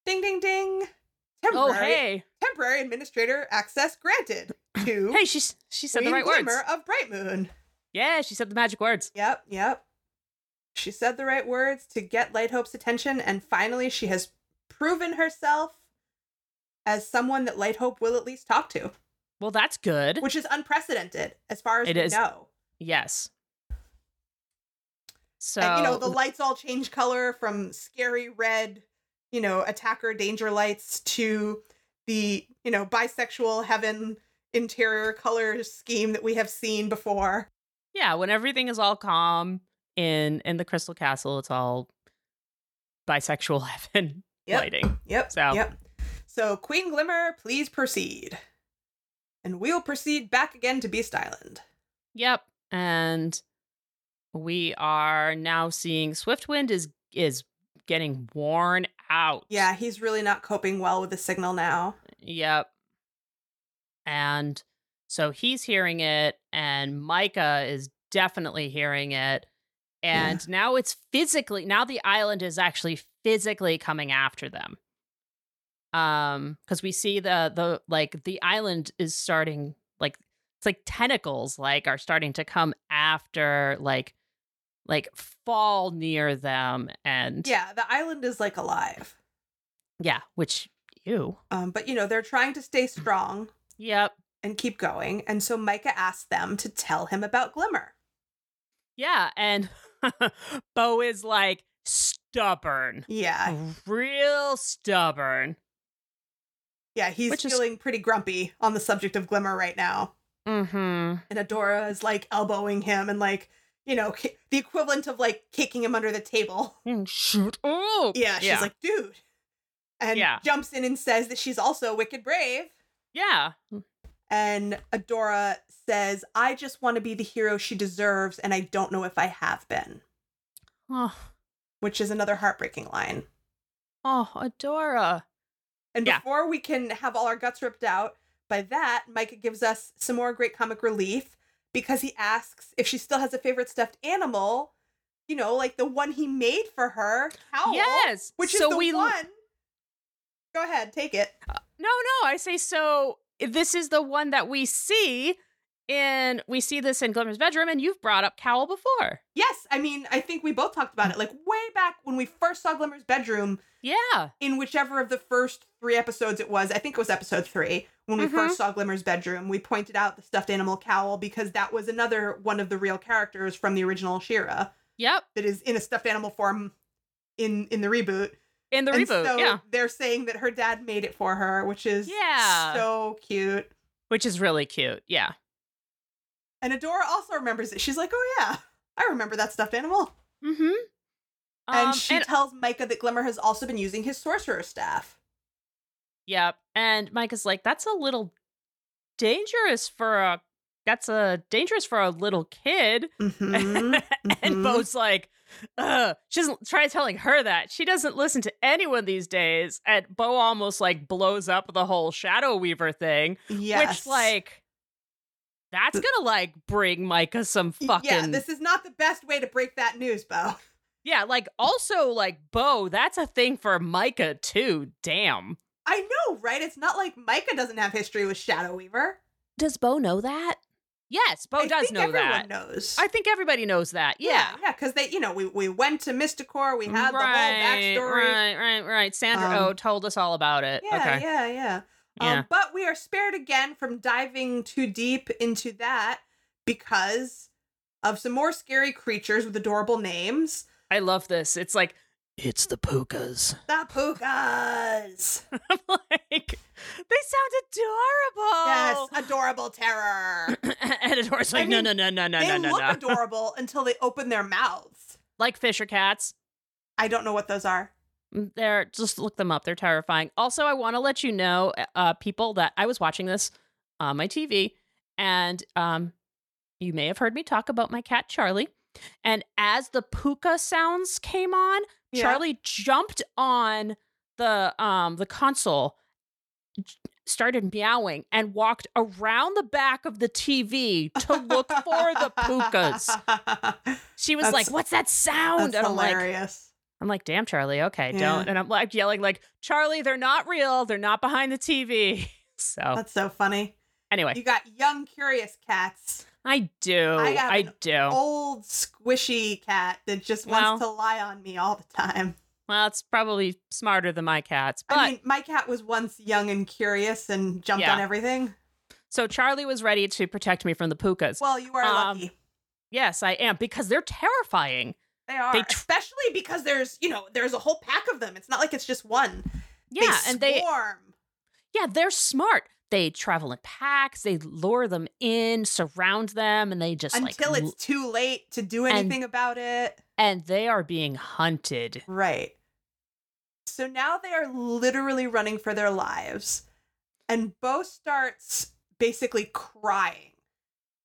Speaker 2: Ding, ding, ding. Temporary,
Speaker 1: Oh, hey.
Speaker 2: temporary administrator access granted to
Speaker 1: Hey, she, s- she said
Speaker 2: Queen
Speaker 1: the right
Speaker 2: Glimmer
Speaker 1: words.
Speaker 2: of Bright Moon.
Speaker 1: Yeah, she said the magic words.
Speaker 2: Yep, yep. She said the right words to get Lighthope's attention, and finally, she has proven herself as someone that Lighthope will at least talk to,
Speaker 1: Well, that's good.
Speaker 2: which is unprecedented as far as
Speaker 1: It
Speaker 2: we
Speaker 1: is.
Speaker 2: know.
Speaker 1: Yes. So,
Speaker 2: and you know the lights all change color from scary red you know attacker danger lights to the you know bisexual heaven interior color scheme that we have seen before
Speaker 1: yeah when everything is all calm in in the crystal castle it's all bisexual heaven
Speaker 2: Yep.
Speaker 1: lighting
Speaker 2: yep
Speaker 1: So-
Speaker 2: yep so queen glimmer please proceed and we'll proceed back again to beast island
Speaker 1: yep and we are now seeing swiftwind is is getting worn out
Speaker 2: yeah he's really not coping well with the signal now
Speaker 1: yep and so he's hearing it and micah is definitely hearing it and now it's physically now the island is actually physically coming after them um because we see the the like the island is starting like it's like tentacles like are starting to come after like like fall near them and
Speaker 2: yeah the island is like alive
Speaker 1: yeah which you
Speaker 2: um, but you know they're trying to stay strong
Speaker 1: yep
Speaker 2: and keep going and so micah asked them to tell him about glimmer
Speaker 1: Yeah, and Bo is like stubborn,
Speaker 2: yeah
Speaker 1: real stubborn.
Speaker 2: Yeah, he's
Speaker 1: Which is-
Speaker 2: feeling pretty grumpy on the subject of Glimmer right now.
Speaker 1: Mm-hmm.
Speaker 2: And Adora is like elbowing him and like, you know, ki- the equivalent of like kicking him under the table.
Speaker 1: Shut up.
Speaker 2: Yeah, she's like, dude. And
Speaker 1: Oh, Yeah.
Speaker 2: jumps in and says that she's also wicked brave.
Speaker 1: yeah, Mm,
Speaker 2: And Adora says, I just want to be the hero she deserves, and I don't know if I have been,
Speaker 1: oh,
Speaker 2: which is another heartbreaking line.
Speaker 1: Oh, Adora.
Speaker 2: And
Speaker 1: Yeah.
Speaker 2: before we can have all our guts ripped out by that, Micah gives us some more great comic relief because he asks if she still has a favorite stuffed animal, you know, like the one he made for her, Howl,
Speaker 1: yes.
Speaker 2: Oh, which
Speaker 1: so
Speaker 2: is the
Speaker 1: we
Speaker 2: one. Go ahead, take it.
Speaker 1: No, no, I say so. This is the one that we see in we see this in Glimmer's bedroom, and you've brought up Cowl before.
Speaker 2: Yes, I mean, I think we both talked about it like way back when we first saw Glimmer's bedroom
Speaker 1: Yeah.
Speaker 2: in whichever of the first three episodes it was. I think it was episode three when we
Speaker 1: Mhm.
Speaker 2: first saw Glimmer's bedroom. We pointed out the stuffed animal cowl because that was another one of the real characters from the original Shira
Speaker 1: Yep.
Speaker 2: that is in a stuffed animal form in in the reboot.
Speaker 1: In the
Speaker 2: and
Speaker 1: reboot.
Speaker 2: so
Speaker 1: yeah.
Speaker 2: they're saying that her dad made it for her, which is
Speaker 1: Yeah.
Speaker 2: so cute.
Speaker 1: Which is really cute. Yeah.
Speaker 2: And Adora also remembers it. She's like, "Oh yeah, I remember that stuffed animal."
Speaker 1: Mm-hmm.
Speaker 2: Um,
Speaker 1: Um,
Speaker 2: and she tells Micah that Glimmer has also been using his sorcerer staff.
Speaker 1: Yep. And Mike is like, that's a little dangerous for a that's a dangerous for a little kid.
Speaker 2: Mhm,
Speaker 1: And
Speaker 2: mhm.
Speaker 1: Bo's like, Ugh. she doesn't try telling her that. She doesn't listen to anyone these days. And Bo almost like blows up the whole Shadow Weaver thing.
Speaker 2: yes.
Speaker 1: Which like that's gonna like bring Micah some fucking
Speaker 2: Yeah, this is not the best way to break that news, Bo.
Speaker 1: Yeah, like also like Bo, that's a thing for Micah too. Damn.
Speaker 2: I know, right? It's not like Micah doesn't have history with Shadow Weaver.
Speaker 1: Does Bo know that? Yes, Bo
Speaker 2: I
Speaker 1: does
Speaker 2: think
Speaker 1: know
Speaker 2: everyone
Speaker 1: that.
Speaker 2: knows.
Speaker 1: I think everybody knows that. Yeah.
Speaker 2: yeah, because they, you know, we we went to Mysticor, we had the whole backstory.
Speaker 1: Right, right, right. Sandra
Speaker 2: Um,
Speaker 1: Oh told us all about it.
Speaker 2: Yeah,
Speaker 1: okay.
Speaker 2: yeah, yeah.
Speaker 1: Yeah.
Speaker 2: Um, but we are spared again from diving too deep into that because of some more scary creatures with adorable names.
Speaker 1: I love this. It's like it's the pukas.
Speaker 2: The Pukas.
Speaker 1: I'm like, they sound adorable.
Speaker 2: Yes, adorable terror.
Speaker 1: and Adora's
Speaker 2: I
Speaker 1: like, no,
Speaker 2: mean,
Speaker 1: no, no, no, no,
Speaker 2: they
Speaker 1: no, no,
Speaker 2: look
Speaker 1: no.
Speaker 2: adorable until they open their mouths.
Speaker 1: Like Fisher cats.
Speaker 2: I don't know what those are.
Speaker 1: Mm, They're just look them up. They're terrifying. Also, I want to let you know, uh, people, that I was watching this on my TV, and um, you may have heard me talk about my cat Charlie. And as the puka sounds came on,
Speaker 2: Yeah.
Speaker 1: Charlie jumped on the um the console, j- started meowing, and walked around the back of the TV to look for the pukas. She was
Speaker 2: That's-
Speaker 1: like, "What's that sound?"
Speaker 2: That's
Speaker 1: and I'm like,
Speaker 2: hilarious.
Speaker 1: I'm like, damn, Charlie, okay,
Speaker 2: Yeah.
Speaker 1: don't. And I'm like yelling, like, Charlie, they're not real. They're not behind the TV. So
Speaker 2: That's so funny.
Speaker 1: anyway,
Speaker 2: You got young, curious cats,
Speaker 1: I do.
Speaker 2: I have
Speaker 1: I,
Speaker 2: an
Speaker 1: do.
Speaker 2: old, squishy cat that just wants to lie on me all the time.
Speaker 1: well, it's probably smarter than my cats. But
Speaker 2: I mean, my cat was once young and curious and jumped
Speaker 1: Yeah.
Speaker 2: on everything.
Speaker 1: so Charlie was ready to protect me from the pukas.
Speaker 2: Well, you are
Speaker 1: Um,
Speaker 2: lucky.
Speaker 1: yes, I am, because they're terrifying.
Speaker 2: They are,
Speaker 1: they tr-
Speaker 2: especially because there's, you know, there's a whole pack of them. It's not like it's just one.
Speaker 1: Yeah,
Speaker 2: they
Speaker 1: and they
Speaker 2: swarm.
Speaker 1: yeah, they're smart. They travel in packs, they lure them in, surround them, and they just
Speaker 2: until
Speaker 1: like
Speaker 2: it's
Speaker 1: l-
Speaker 2: too late to do
Speaker 1: And-
Speaker 2: anything about it.
Speaker 1: and they are being hunted.
Speaker 2: Right. So now they are literally running for their lives. And Bo starts basically crying,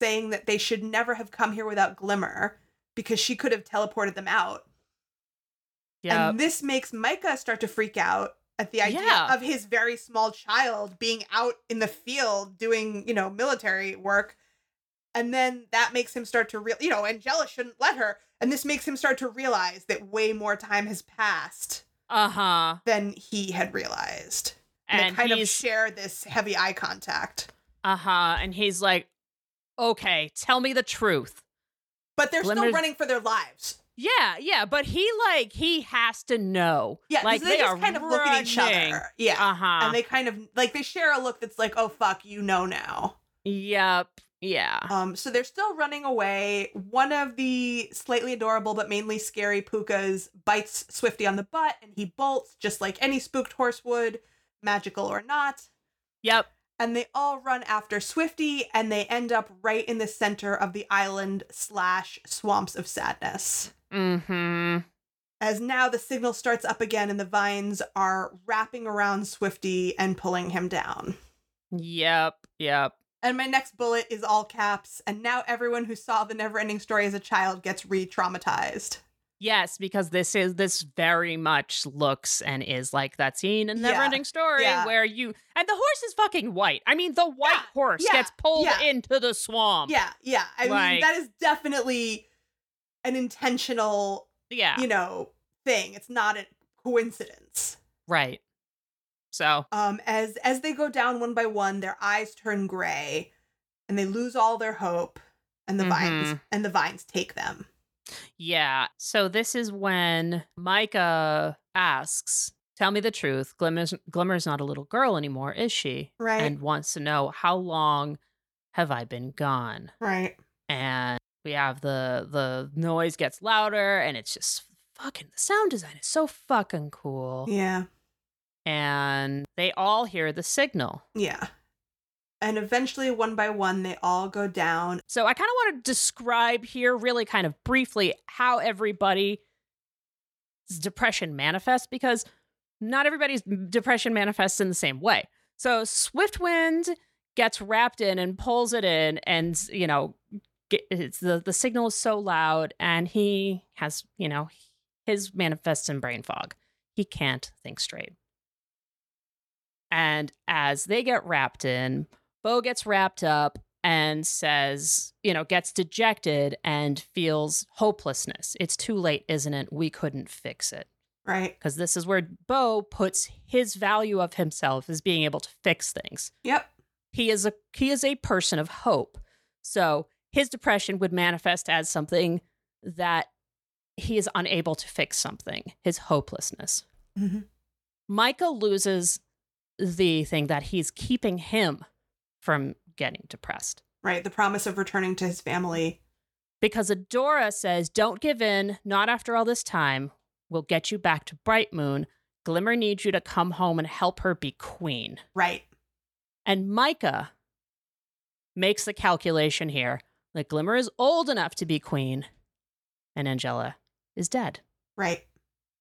Speaker 2: saying that they should never have come here without Glimmer because she could have teleported them out.
Speaker 1: Yeah.
Speaker 2: And this makes Micah start to freak out at the idea
Speaker 1: Yeah.
Speaker 2: of his very small child being out in the field doing, you know, military work. And then that makes him start to real, you know, Angela shouldn't let her. And this makes him start to realize that way more time has passed
Speaker 1: uh-huh.
Speaker 2: than he had realized. And,
Speaker 1: And
Speaker 2: they kind of
Speaker 1: he's-
Speaker 2: share this heavy eye contact.
Speaker 1: Uh huh. And he's like, okay, tell me the truth.
Speaker 2: But they're still
Speaker 1: Glimmer's-
Speaker 2: running for their lives.
Speaker 1: Yeah, yeah. But he, like, he has to know.
Speaker 2: Yeah, 'cause
Speaker 1: like,
Speaker 2: they, just kind of look at each other. Yeah.
Speaker 1: Uh huh.
Speaker 2: and they kind of like they share a look that's like, oh fuck, you know now.
Speaker 1: Yep. Yeah.
Speaker 2: Um, so they're still running away. One of the slightly adorable but mainly scary pukas bites Swifty on the butt and he bolts, just like any spooked horse would, magical or not.
Speaker 1: Yep.
Speaker 2: And they all run after Swifty and they end up right in the center of the island slash swamps of sadness.
Speaker 1: Mm hmm.
Speaker 2: As now the signal starts up again and the vines are wrapping around Swifty and pulling him down.
Speaker 1: Yep. Yep.
Speaker 2: And my next bullet is all caps. And now everyone who saw the never ending story as a child gets re traumatized.
Speaker 1: Yes, because this is this very much looks and is like that scene in
Speaker 2: Yeah.
Speaker 1: Neverending Story
Speaker 2: Yeah.
Speaker 1: where you and the horse is fucking white. I mean, the white
Speaker 2: Yeah.
Speaker 1: horse
Speaker 2: Yeah.
Speaker 1: gets pulled
Speaker 2: Yeah.
Speaker 1: into the swamp.
Speaker 2: Yeah, yeah. I
Speaker 1: Um, Like-
Speaker 2: mean, that is definitely an intentional,
Speaker 1: yeah,
Speaker 2: you know, thing. It's not a coincidence.
Speaker 1: right. So
Speaker 2: Um, as as they go down one by one, their eyes turn gray, and they lose all their hope, and the
Speaker 1: Mm-hmm.
Speaker 2: vines and the vines take them.
Speaker 1: yeah, so this is when Micah asks, "Tell me the truth. Glimmer's Glimmer's not a little girl anymore, is she?"
Speaker 2: Right,
Speaker 1: And wants to know how long have I been gone.
Speaker 2: right.
Speaker 1: and we have the the noise gets louder and it's just fucking the sound design is so fucking cool
Speaker 2: Yeah,
Speaker 1: and they all hear the signal
Speaker 2: yeah. And eventually, one by one, they all go down.
Speaker 1: so i kind of want to describe here really kind of briefly how everybody's depression manifests because not everybody's depression manifests in the same way so swiftwind gets wrapped in and pulls it in and you know get, it's the the signal is so loud and he has you know his manifests in brain fog he can't think straight and as they get wrapped in bo gets wrapped up and says you know gets dejected and feels hopelessness it's too late isn't it we couldn't fix it
Speaker 2: Right.
Speaker 1: because this is where bo puts his value of himself as being able to fix things
Speaker 2: Yep.
Speaker 1: he is a he is a person of hope so his depression would manifest as something that he is unable to fix something his hopelessness
Speaker 2: Mhm.
Speaker 1: michael loses the thing that he's keeping him from getting depressed
Speaker 2: Right. The promise of returning to his family.
Speaker 1: because adora says don't give in not after all this time we'll get you back to bright moon glimmer needs you to come home and help her be queen
Speaker 2: Right.
Speaker 1: And Micah makes the calculation here that Glimmer is old enough to be queen and Angela is dead.
Speaker 2: Right.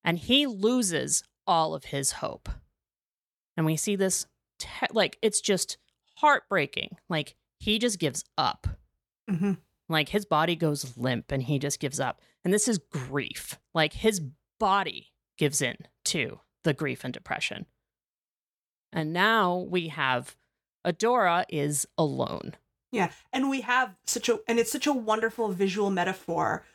Speaker 1: And he loses all of his hope. And we see this, te- like, it's just heartbreaking. Like, he just gives up. Mm-hmm.
Speaker 2: hmm
Speaker 1: Like, his body goes limp and he just gives up. And this is grief. Like, his body gives in to the grief and depression. And now we have Adora is alone.
Speaker 2: Yeah. And we have such a and it's such a wonderful visual metaphor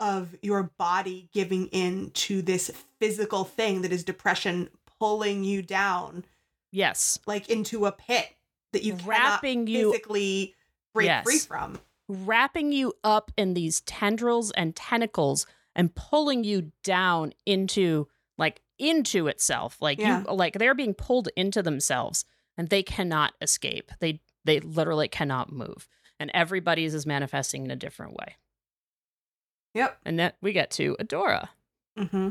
Speaker 2: of your body giving in to this physical thing that is depression pulling you down
Speaker 1: Yes.
Speaker 2: like into a pit that you cannot
Speaker 1: Wrapping you-
Speaker 2: physically break
Speaker 1: Yes.
Speaker 2: free from.
Speaker 1: Wrapping you up in these tendrils and tentacles and pulling you down into like into itself. Like
Speaker 2: Yeah.
Speaker 1: you like they're being pulled into themselves and they cannot escape. They they literally cannot move. And everybody's is manifesting in a different way.
Speaker 2: Yep.
Speaker 1: And that we get to Adora, Mm-hmm.
Speaker 2: hmm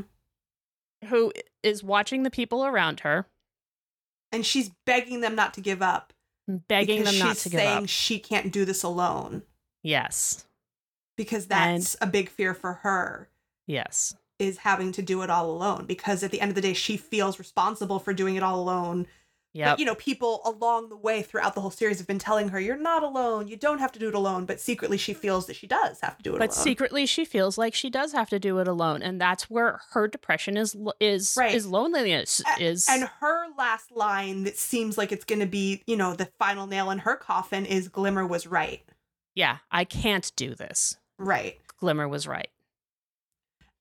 Speaker 1: who is watching the people around her,
Speaker 2: And she's begging them not to give up,
Speaker 1: begging
Speaker 2: because
Speaker 1: them not
Speaker 2: she's
Speaker 1: to give
Speaker 2: saying
Speaker 1: up.
Speaker 2: she can't do this alone
Speaker 1: Yes.
Speaker 2: because
Speaker 1: And-
Speaker 2: that's a big fear for her
Speaker 1: Yes.
Speaker 2: is having to do it all alone because at the end of the day she feels responsible for doing it all alone
Speaker 1: Yep.
Speaker 2: But, you know, people along the way throughout the whole series have been telling her, you're not alone. You don't have to do it alone. But secretly, she feels that she does have to do it
Speaker 1: but
Speaker 2: alone.
Speaker 1: secretly she feels like she does have to do it alone and that's where her depression is lo- is
Speaker 2: Right.
Speaker 1: is loneliness
Speaker 2: A-
Speaker 1: is
Speaker 2: and her last line that seems like it's going to be, you know, the final nail in her coffin is Glimmer was right.
Speaker 1: yeah i can't do this
Speaker 2: Right.
Speaker 1: glimmer was right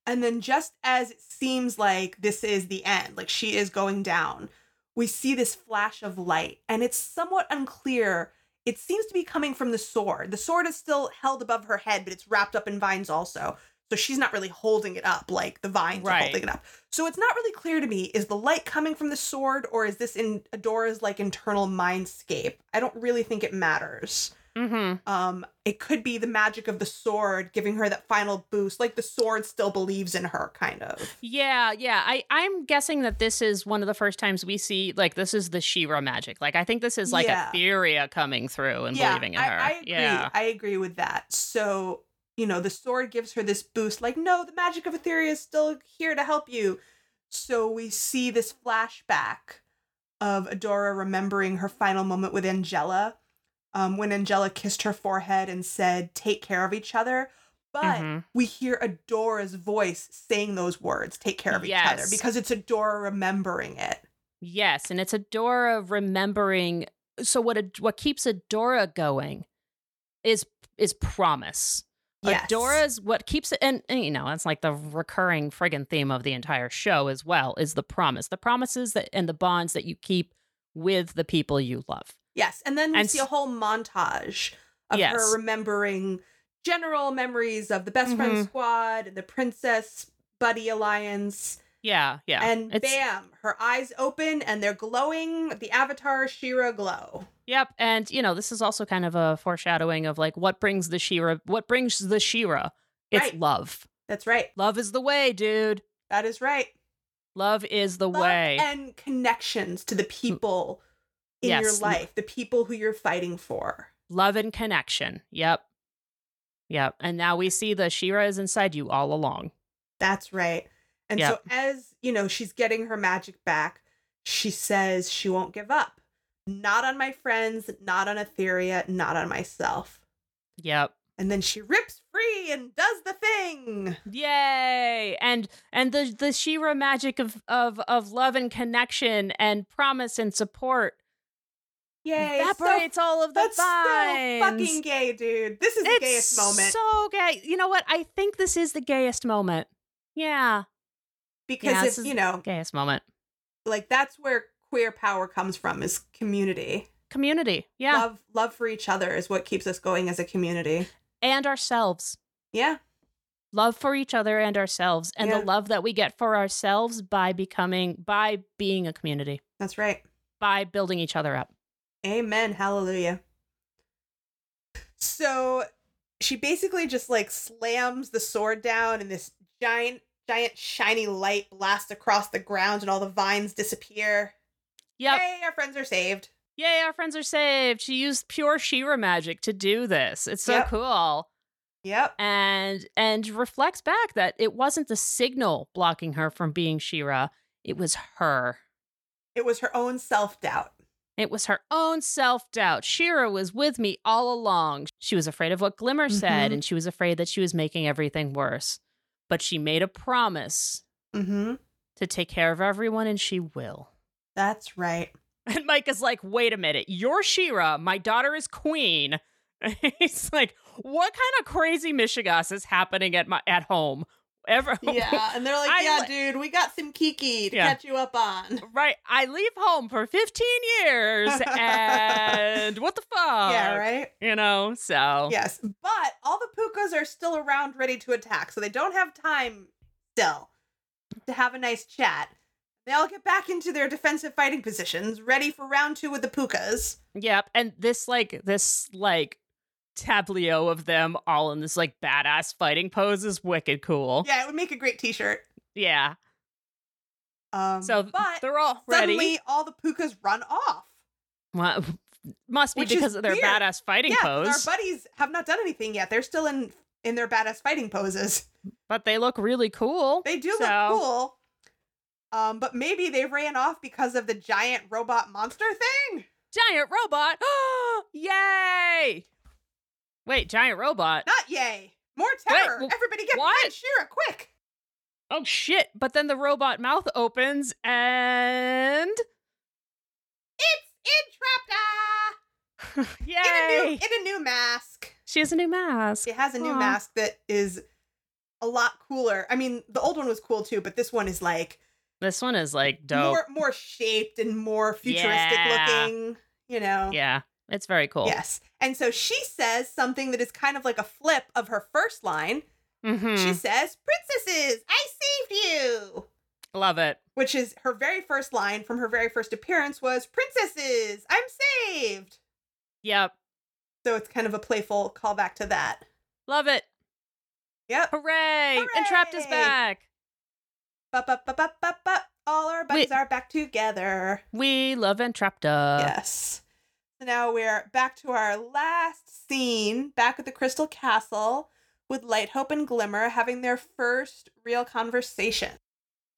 Speaker 2: And then just as it seems like this is the end, like she is going down, we see this flash of light and it's somewhat unclear. It seems to be coming from the sword. The sword is still held above her head, but it's wrapped up in vines also. So she's not really holding it up like the vines
Speaker 1: Right.
Speaker 2: are holding it up. So it's not really clear to me is the light coming from the sword or is this in Adora's like internal mindscape? I don't really think it matters.
Speaker 1: mm-hmm
Speaker 2: Um, it could be the magic of the sword giving her that final boost, like the sword still believes in her, kind of.
Speaker 1: yeah yeah i i'm guessing that this is one of the first times we see like this is the shira magic like i think this is like
Speaker 2: Yeah.
Speaker 1: Etheria coming through and believing in
Speaker 2: I,
Speaker 1: her
Speaker 2: I agree.
Speaker 1: yeah
Speaker 2: I agree with that. So, you know, the sword gives her this boost, like, no, the magic of Etheria is still here to help you. So we see this flashback of Adora remembering her final moment with Angela, um, when Angela kissed her forehead and said, Take care of each other. But
Speaker 1: Mhm.
Speaker 2: we hear Adora's voice saying those words, take care of each other,
Speaker 1: Yes.
Speaker 2: because it's Adora remembering it.
Speaker 1: Yes, and it's Adora remembering. So what? Ad- What keeps Adora going is is promise.
Speaker 2: Yes.
Speaker 1: Adora's what keeps it, and, and, you know that's like the recurring friggin' theme of the entire show as well is the promise, the promises that and the bonds that you keep with the people you love.
Speaker 2: Yes, and then we
Speaker 1: And
Speaker 2: see a whole montage of
Speaker 1: Yes.
Speaker 2: her remembering general memories of the best friend
Speaker 1: Mhm.
Speaker 2: squad and the princess buddy alliance
Speaker 1: Yeah, yeah,
Speaker 2: and
Speaker 1: It's-
Speaker 2: bam her eyes open and they're glowing the avatar shira glow
Speaker 1: Yep, and you know this is also kind of a foreshadowing of like what brings the Shira, what brings the Shira. It's
Speaker 2: Right.
Speaker 1: love.
Speaker 2: that's right
Speaker 1: Love is the way, dude.
Speaker 2: that is right
Speaker 1: Love is the
Speaker 2: Love
Speaker 1: way.
Speaker 2: and connections to the people in your
Speaker 1: Yes.
Speaker 2: life the people who you're fighting for
Speaker 1: love and connection. Yep. Yep. And now we see the Shira is inside you all along.
Speaker 2: That's right. And so
Speaker 1: Yep.
Speaker 2: as, you know, she's getting her magic back, she says she won't give up. Not on my friends, not on Etheria, not on myself.
Speaker 1: Yep.
Speaker 2: And then she rips free and does the thing.
Speaker 1: Yay! And and the the Shira magic of of of love and connection and promise and support
Speaker 2: Yay. so-
Speaker 1: evaporates all of the
Speaker 2: that's so
Speaker 1: vines.
Speaker 2: fucking gay, dude. This is
Speaker 1: it's
Speaker 2: the gayest moment
Speaker 1: So gay. You know what? I think this is the gayest moment. Yeah,
Speaker 2: because
Speaker 1: yeah,
Speaker 2: if,
Speaker 1: this is-
Speaker 2: you know,
Speaker 1: gayest moment.
Speaker 2: like that's where queer power comes from is community.
Speaker 1: Community. Yeah,
Speaker 2: Love love for each other is what keeps us going as a community.
Speaker 1: and ourselves.
Speaker 2: Yeah.
Speaker 1: love for each other and ourselves and
Speaker 2: Yeah.
Speaker 1: the love that we get for ourselves by becoming by being a community
Speaker 2: That's right.
Speaker 1: by building each other up
Speaker 2: Amen. Hallelujah. So she basically just like slams the sword down and this giant, giant, shiny light blasts across the ground and all the vines disappear.
Speaker 1: yep
Speaker 2: Hey, our friends are saved.
Speaker 1: yay our friends are saved she used pure shira magic to do this it's so
Speaker 2: Yep.
Speaker 1: cool
Speaker 2: Yep.
Speaker 1: and and reflects back that it wasn't the signal blocking her from being shira it was her
Speaker 2: It was her own self doubt.
Speaker 1: it was her own self doubt. Shira was with me all along. She was afraid of what Glimmer said,
Speaker 2: Mhm.
Speaker 1: and she was afraid that she was making everything worse. But she made a promise
Speaker 2: Mm-hmm.
Speaker 1: to take care of everyone and she will.
Speaker 2: That's right.
Speaker 1: And Mike is like, wait a minute, you're Shira, my daughter is queen. He's like, what kind of crazy Michigas is happening at my at home? Ever
Speaker 2: Yeah. And they're like,
Speaker 1: I
Speaker 2: yeah,
Speaker 1: li-
Speaker 2: dude, we got some Kiki to
Speaker 1: Yeah.
Speaker 2: catch you up on.
Speaker 1: Right. I leave home for 15 years and what the fuck?
Speaker 2: yeah, right?
Speaker 1: You know, so
Speaker 2: Yes. But all the Pukas are still around ready to attack, so they don't have time still to have a nice chat. They all get back into their defensive fighting positions, ready for round two with the Pukas.
Speaker 1: Yep, and this like this like tableau of them all in this like badass fighting pose is wicked cool.
Speaker 2: Yeah, it would make a great t shirt.
Speaker 1: Yeah.
Speaker 2: Um,
Speaker 1: So
Speaker 2: but
Speaker 1: they're all ready.
Speaker 2: suddenly all the Pukas run off.
Speaker 1: Well, must be
Speaker 2: Which is
Speaker 1: because of their
Speaker 2: weird.
Speaker 1: badass fighting
Speaker 2: yeah, 'cause
Speaker 1: pose,
Speaker 2: our buddies have not done anything yet. They're still in in their badass fighting poses.
Speaker 1: but they look really cool.
Speaker 2: They do
Speaker 1: So-
Speaker 2: look cool. Um, but maybe they ran off because of the giant robot monster thing.
Speaker 1: Giant robot. Yay! Wait, giant robot.
Speaker 2: Not yay. More terror.
Speaker 1: well,
Speaker 2: Everybody get
Speaker 1: what?
Speaker 2: behind Shira, quick.
Speaker 1: Oh shit, but then the robot mouth opens and
Speaker 2: It's Entrapta! In a, new,
Speaker 1: yay!
Speaker 2: in a new mask.
Speaker 1: She has a new mask.
Speaker 2: She has a new
Speaker 1: Aw.
Speaker 2: mask that is a lot cooler. I mean, the old one was cool too, but this one is like
Speaker 1: This one is like dope.
Speaker 2: more more shaped and more futuristic
Speaker 1: Yeah.
Speaker 2: looking, you know.
Speaker 1: Yeah. It's very cool.
Speaker 2: Yes. And so she says something that is kind of like a flip of her first line.
Speaker 1: Mhm.
Speaker 2: She says, "Princesses, I saved you."
Speaker 1: Love it.
Speaker 2: which is her very first line from her very first appearance was princesses i'm saved
Speaker 1: Yep.
Speaker 2: so it's kind of a playful callback to that
Speaker 1: Love it.
Speaker 2: yep
Speaker 1: Hooray. Entrapped is
Speaker 2: Hooray.
Speaker 1: back.
Speaker 2: bup, bup, bup, bup, bup, bup. all our buddies
Speaker 1: Wait.
Speaker 2: are back together
Speaker 1: We love Entrapta.
Speaker 2: yes so now we're back to our last scene back at the crystal castle with light hope and glimmer having their first real conversation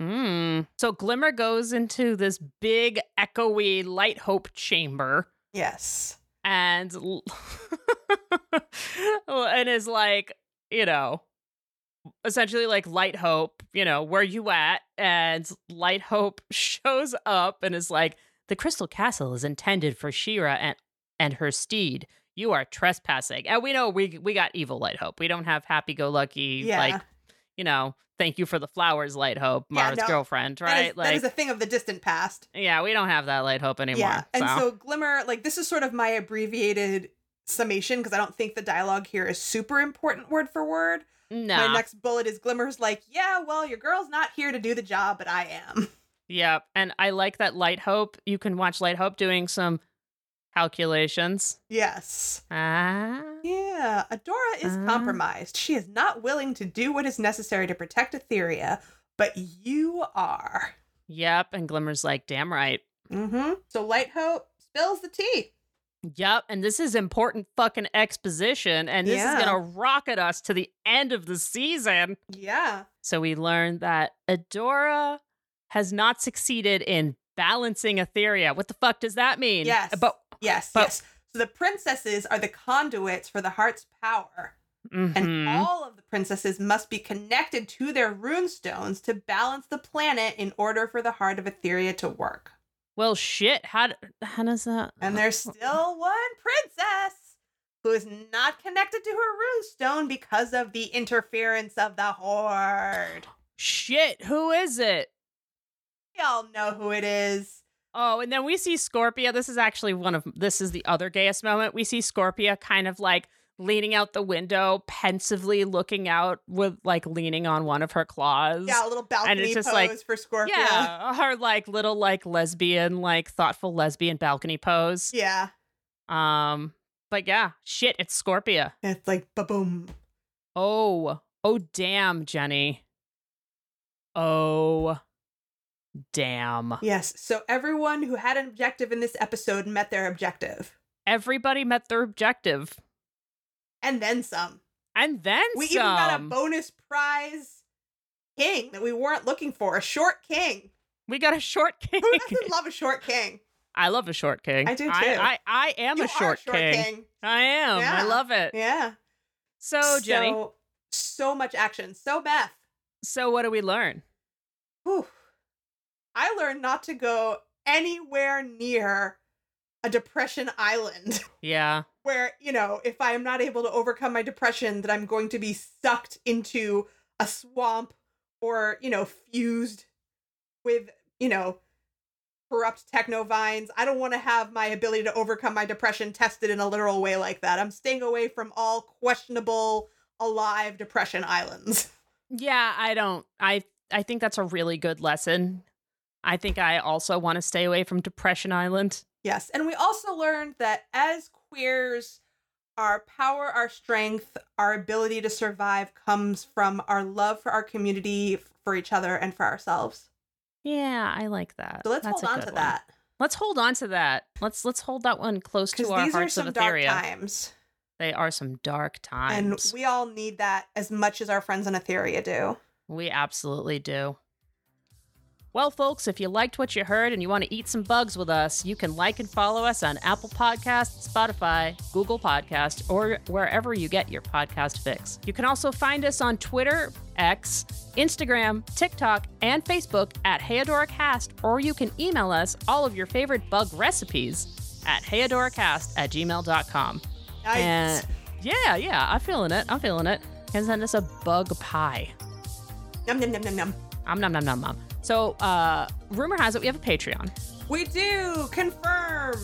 Speaker 1: Mm. So Glimmer goes into this big, echoey Light Hope chamber
Speaker 2: yes
Speaker 1: and l- and is like, you know, essentially like Light Hope, you know, where you at? And Light Hope shows up and is like, the Crystal Castle is intended for Shira and and her steed. You are trespassing. And we know we we got evil Light Hope. We don't have happy go lucky
Speaker 2: Yeah.
Speaker 1: like, you know, thank you for the flowers, Light Hope,
Speaker 2: Yeah,
Speaker 1: Mara's
Speaker 2: no.
Speaker 1: girlfriend, right?
Speaker 2: That is,
Speaker 1: like
Speaker 2: that is a thing of the distant past.
Speaker 1: Yeah, we don't have that Light Hope anymore.
Speaker 2: Yeah. And
Speaker 1: so.
Speaker 2: so. Glimmer, like this is sort of my abbreviated summation because I don't think the dialogue here is super important word for word.
Speaker 1: no.
Speaker 2: My next bullet is Glimmer's like, yeah, well, your girl's not here to do the job, but I am.
Speaker 1: Yep. And I like that Light Hope. You can watch Light Hope doing some calculations.
Speaker 2: Yes.
Speaker 1: Ah.
Speaker 2: Yeah, Adora is
Speaker 1: Ah.
Speaker 2: compromised. She is not willing to do what is necessary to protect Etheria, but you are.
Speaker 1: Yep. And Glimmer's like, damn right.
Speaker 2: Mm-hmm. So Light Hope spills the tea.
Speaker 1: Yep. And this is important fucking exposition. And this
Speaker 2: Yeah.
Speaker 1: is going to rocket us to the end of the season.
Speaker 2: Yeah.
Speaker 1: So we learn that Adora has not succeeded in balancing Etheria. What the fuck does that mean?
Speaker 2: Yes.
Speaker 1: But
Speaker 2: Yes,
Speaker 1: But-
Speaker 2: yes. So the princesses are the conduits for the heart's power, and
Speaker 1: Mhm.
Speaker 2: all of the princesses must be connected to their runestones to balance the planet in order for the heart of Etheria to work.
Speaker 1: well, shit. How d- how does that?
Speaker 2: And there's
Speaker 1: Oh.
Speaker 2: still one princess who is not connected to her runestone because of the interference of the horde.
Speaker 1: shit. Who is it?
Speaker 2: We all know who it is.
Speaker 1: Oh, and then we see Scorpia. This is actually one of this is the other gayest moment. We see Scorpia kind of like leaning out the window, pensively looking out with like leaning on one of her claws.
Speaker 2: Yeah, a little balcony
Speaker 1: just
Speaker 2: pose
Speaker 1: like-
Speaker 2: for Scorpio.
Speaker 1: Yeah, her like little like lesbian, like thoughtful lesbian balcony pose.
Speaker 2: Yeah.
Speaker 1: Um, but yeah, shit, it's Scorpia.
Speaker 2: It's like ba boom.
Speaker 1: Oh, oh damn, Jenny. Oh damn.
Speaker 2: Yes. So everyone who had an objective in this episode met their objective.
Speaker 1: Everybody met their objective.
Speaker 2: And then some.
Speaker 1: And then
Speaker 2: We
Speaker 1: some.
Speaker 2: even got a bonus prize king that we weren't looking for, a short king.
Speaker 1: We got a short king.
Speaker 2: Who doesn't love a short king?
Speaker 1: I love a short king.
Speaker 2: I do too.
Speaker 1: I, I, I am
Speaker 2: You
Speaker 1: a short,
Speaker 2: are a short
Speaker 1: king.
Speaker 2: king.
Speaker 1: I am. I
Speaker 2: Yeah.
Speaker 1: love it.
Speaker 2: Yeah.
Speaker 1: So, Oh, Jenny,
Speaker 2: So, so much action. So Beth.
Speaker 1: so what do we learn?
Speaker 2: Whew. I learned not to go anywhere near a depression island
Speaker 1: Yeah.
Speaker 2: where, you know, if I am not able to overcome my depression, that I'm going to be sucked into a swamp or, you know, fused with, you know, corrupt techno vines. I don't want to have my ability to overcome my depression tested in a literal way like that. I'm staying away from all questionable alive depression islands.
Speaker 1: Yeah, I don't I I think that's a really good lesson. I think I also want to stay away from Depression Island.
Speaker 2: Yes. And we also learned that as queers, our power, our strength, our ability to survive comes from our love for our community, for each other, and for ourselves.
Speaker 1: Yeah, I like that.
Speaker 2: So let's
Speaker 1: That's a
Speaker 2: hold on
Speaker 1: good
Speaker 2: to
Speaker 1: one.
Speaker 2: that.
Speaker 1: Let's hold on to that. Let's let's hold that one close to
Speaker 2: Because
Speaker 1: our
Speaker 2: these are
Speaker 1: hearts
Speaker 2: some
Speaker 1: of
Speaker 2: dark
Speaker 1: Etheria.
Speaker 2: times.
Speaker 1: They are some dark
Speaker 2: And
Speaker 1: times.
Speaker 2: we all need that as much as our friends in Etheria do.
Speaker 1: We absolutely do. Well, folks, if you liked what you heard and you want to eat some bugs with us, you can like and follow us on Apple Podcasts, Spotify, Google Podcast, or wherever you get your podcast fix. You can also find us on Twitter, X, Instagram, TikTok, and Facebook at HeadorCast, or you can email us all of your favorite bug recipes at HeadorCast at gmail.com.
Speaker 2: Nice.
Speaker 1: And yeah, yeah, I'm feeling it. I'm feeling it. And send us a bug pie.
Speaker 2: Num, num, num, num, num.
Speaker 1: Um, nom nom nom nom. So, uh, rumor has it we have a Patreon.
Speaker 2: We do. Confirmed.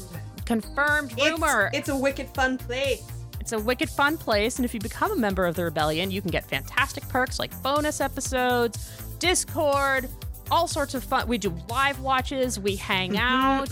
Speaker 1: Confirmed
Speaker 2: It's-
Speaker 1: rumor. It's,
Speaker 2: it's a wicked fun place.
Speaker 1: a wicked fun place, and if you become a member of the Rebellion, you can get fantastic perks like bonus episodes, Discord, all sorts of fun. We do live watches. We hang out.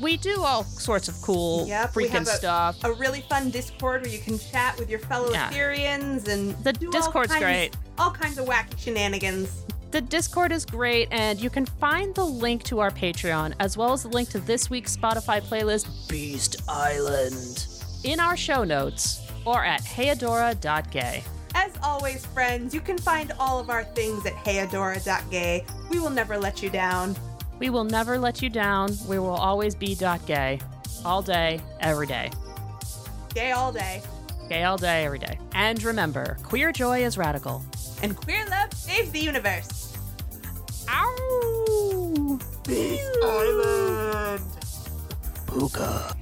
Speaker 1: We do all sorts of cool
Speaker 2: Mm-hmm, Yep, we
Speaker 1: freaking
Speaker 2: have a-
Speaker 1: stuff.
Speaker 2: a really fun Discord where you can chat with your fellow
Speaker 1: Yeah.
Speaker 2: Ethereans and
Speaker 1: The
Speaker 2: do all
Speaker 1: Discord's
Speaker 2: kinds-
Speaker 1: great.
Speaker 2: All kinds of wacky shenanigans.
Speaker 1: The Discord is great, and you can find the link to our Patreon, as well as the link to this week's Spotify playlist, Beast Island, in our show notes or at heyadora.gay.
Speaker 2: As always, friends, you can find all of our things at heyadora.gay. We will never let you down.
Speaker 1: We will never let you down. We will always be dot .gay all day, every day.
Speaker 2: Gay all day.
Speaker 1: Gay all day, every day. And remember, queer joy is radical.
Speaker 2: And queer love saves the universe.
Speaker 1: Ow!
Speaker 2: Peace Island.
Speaker 1: Hookah.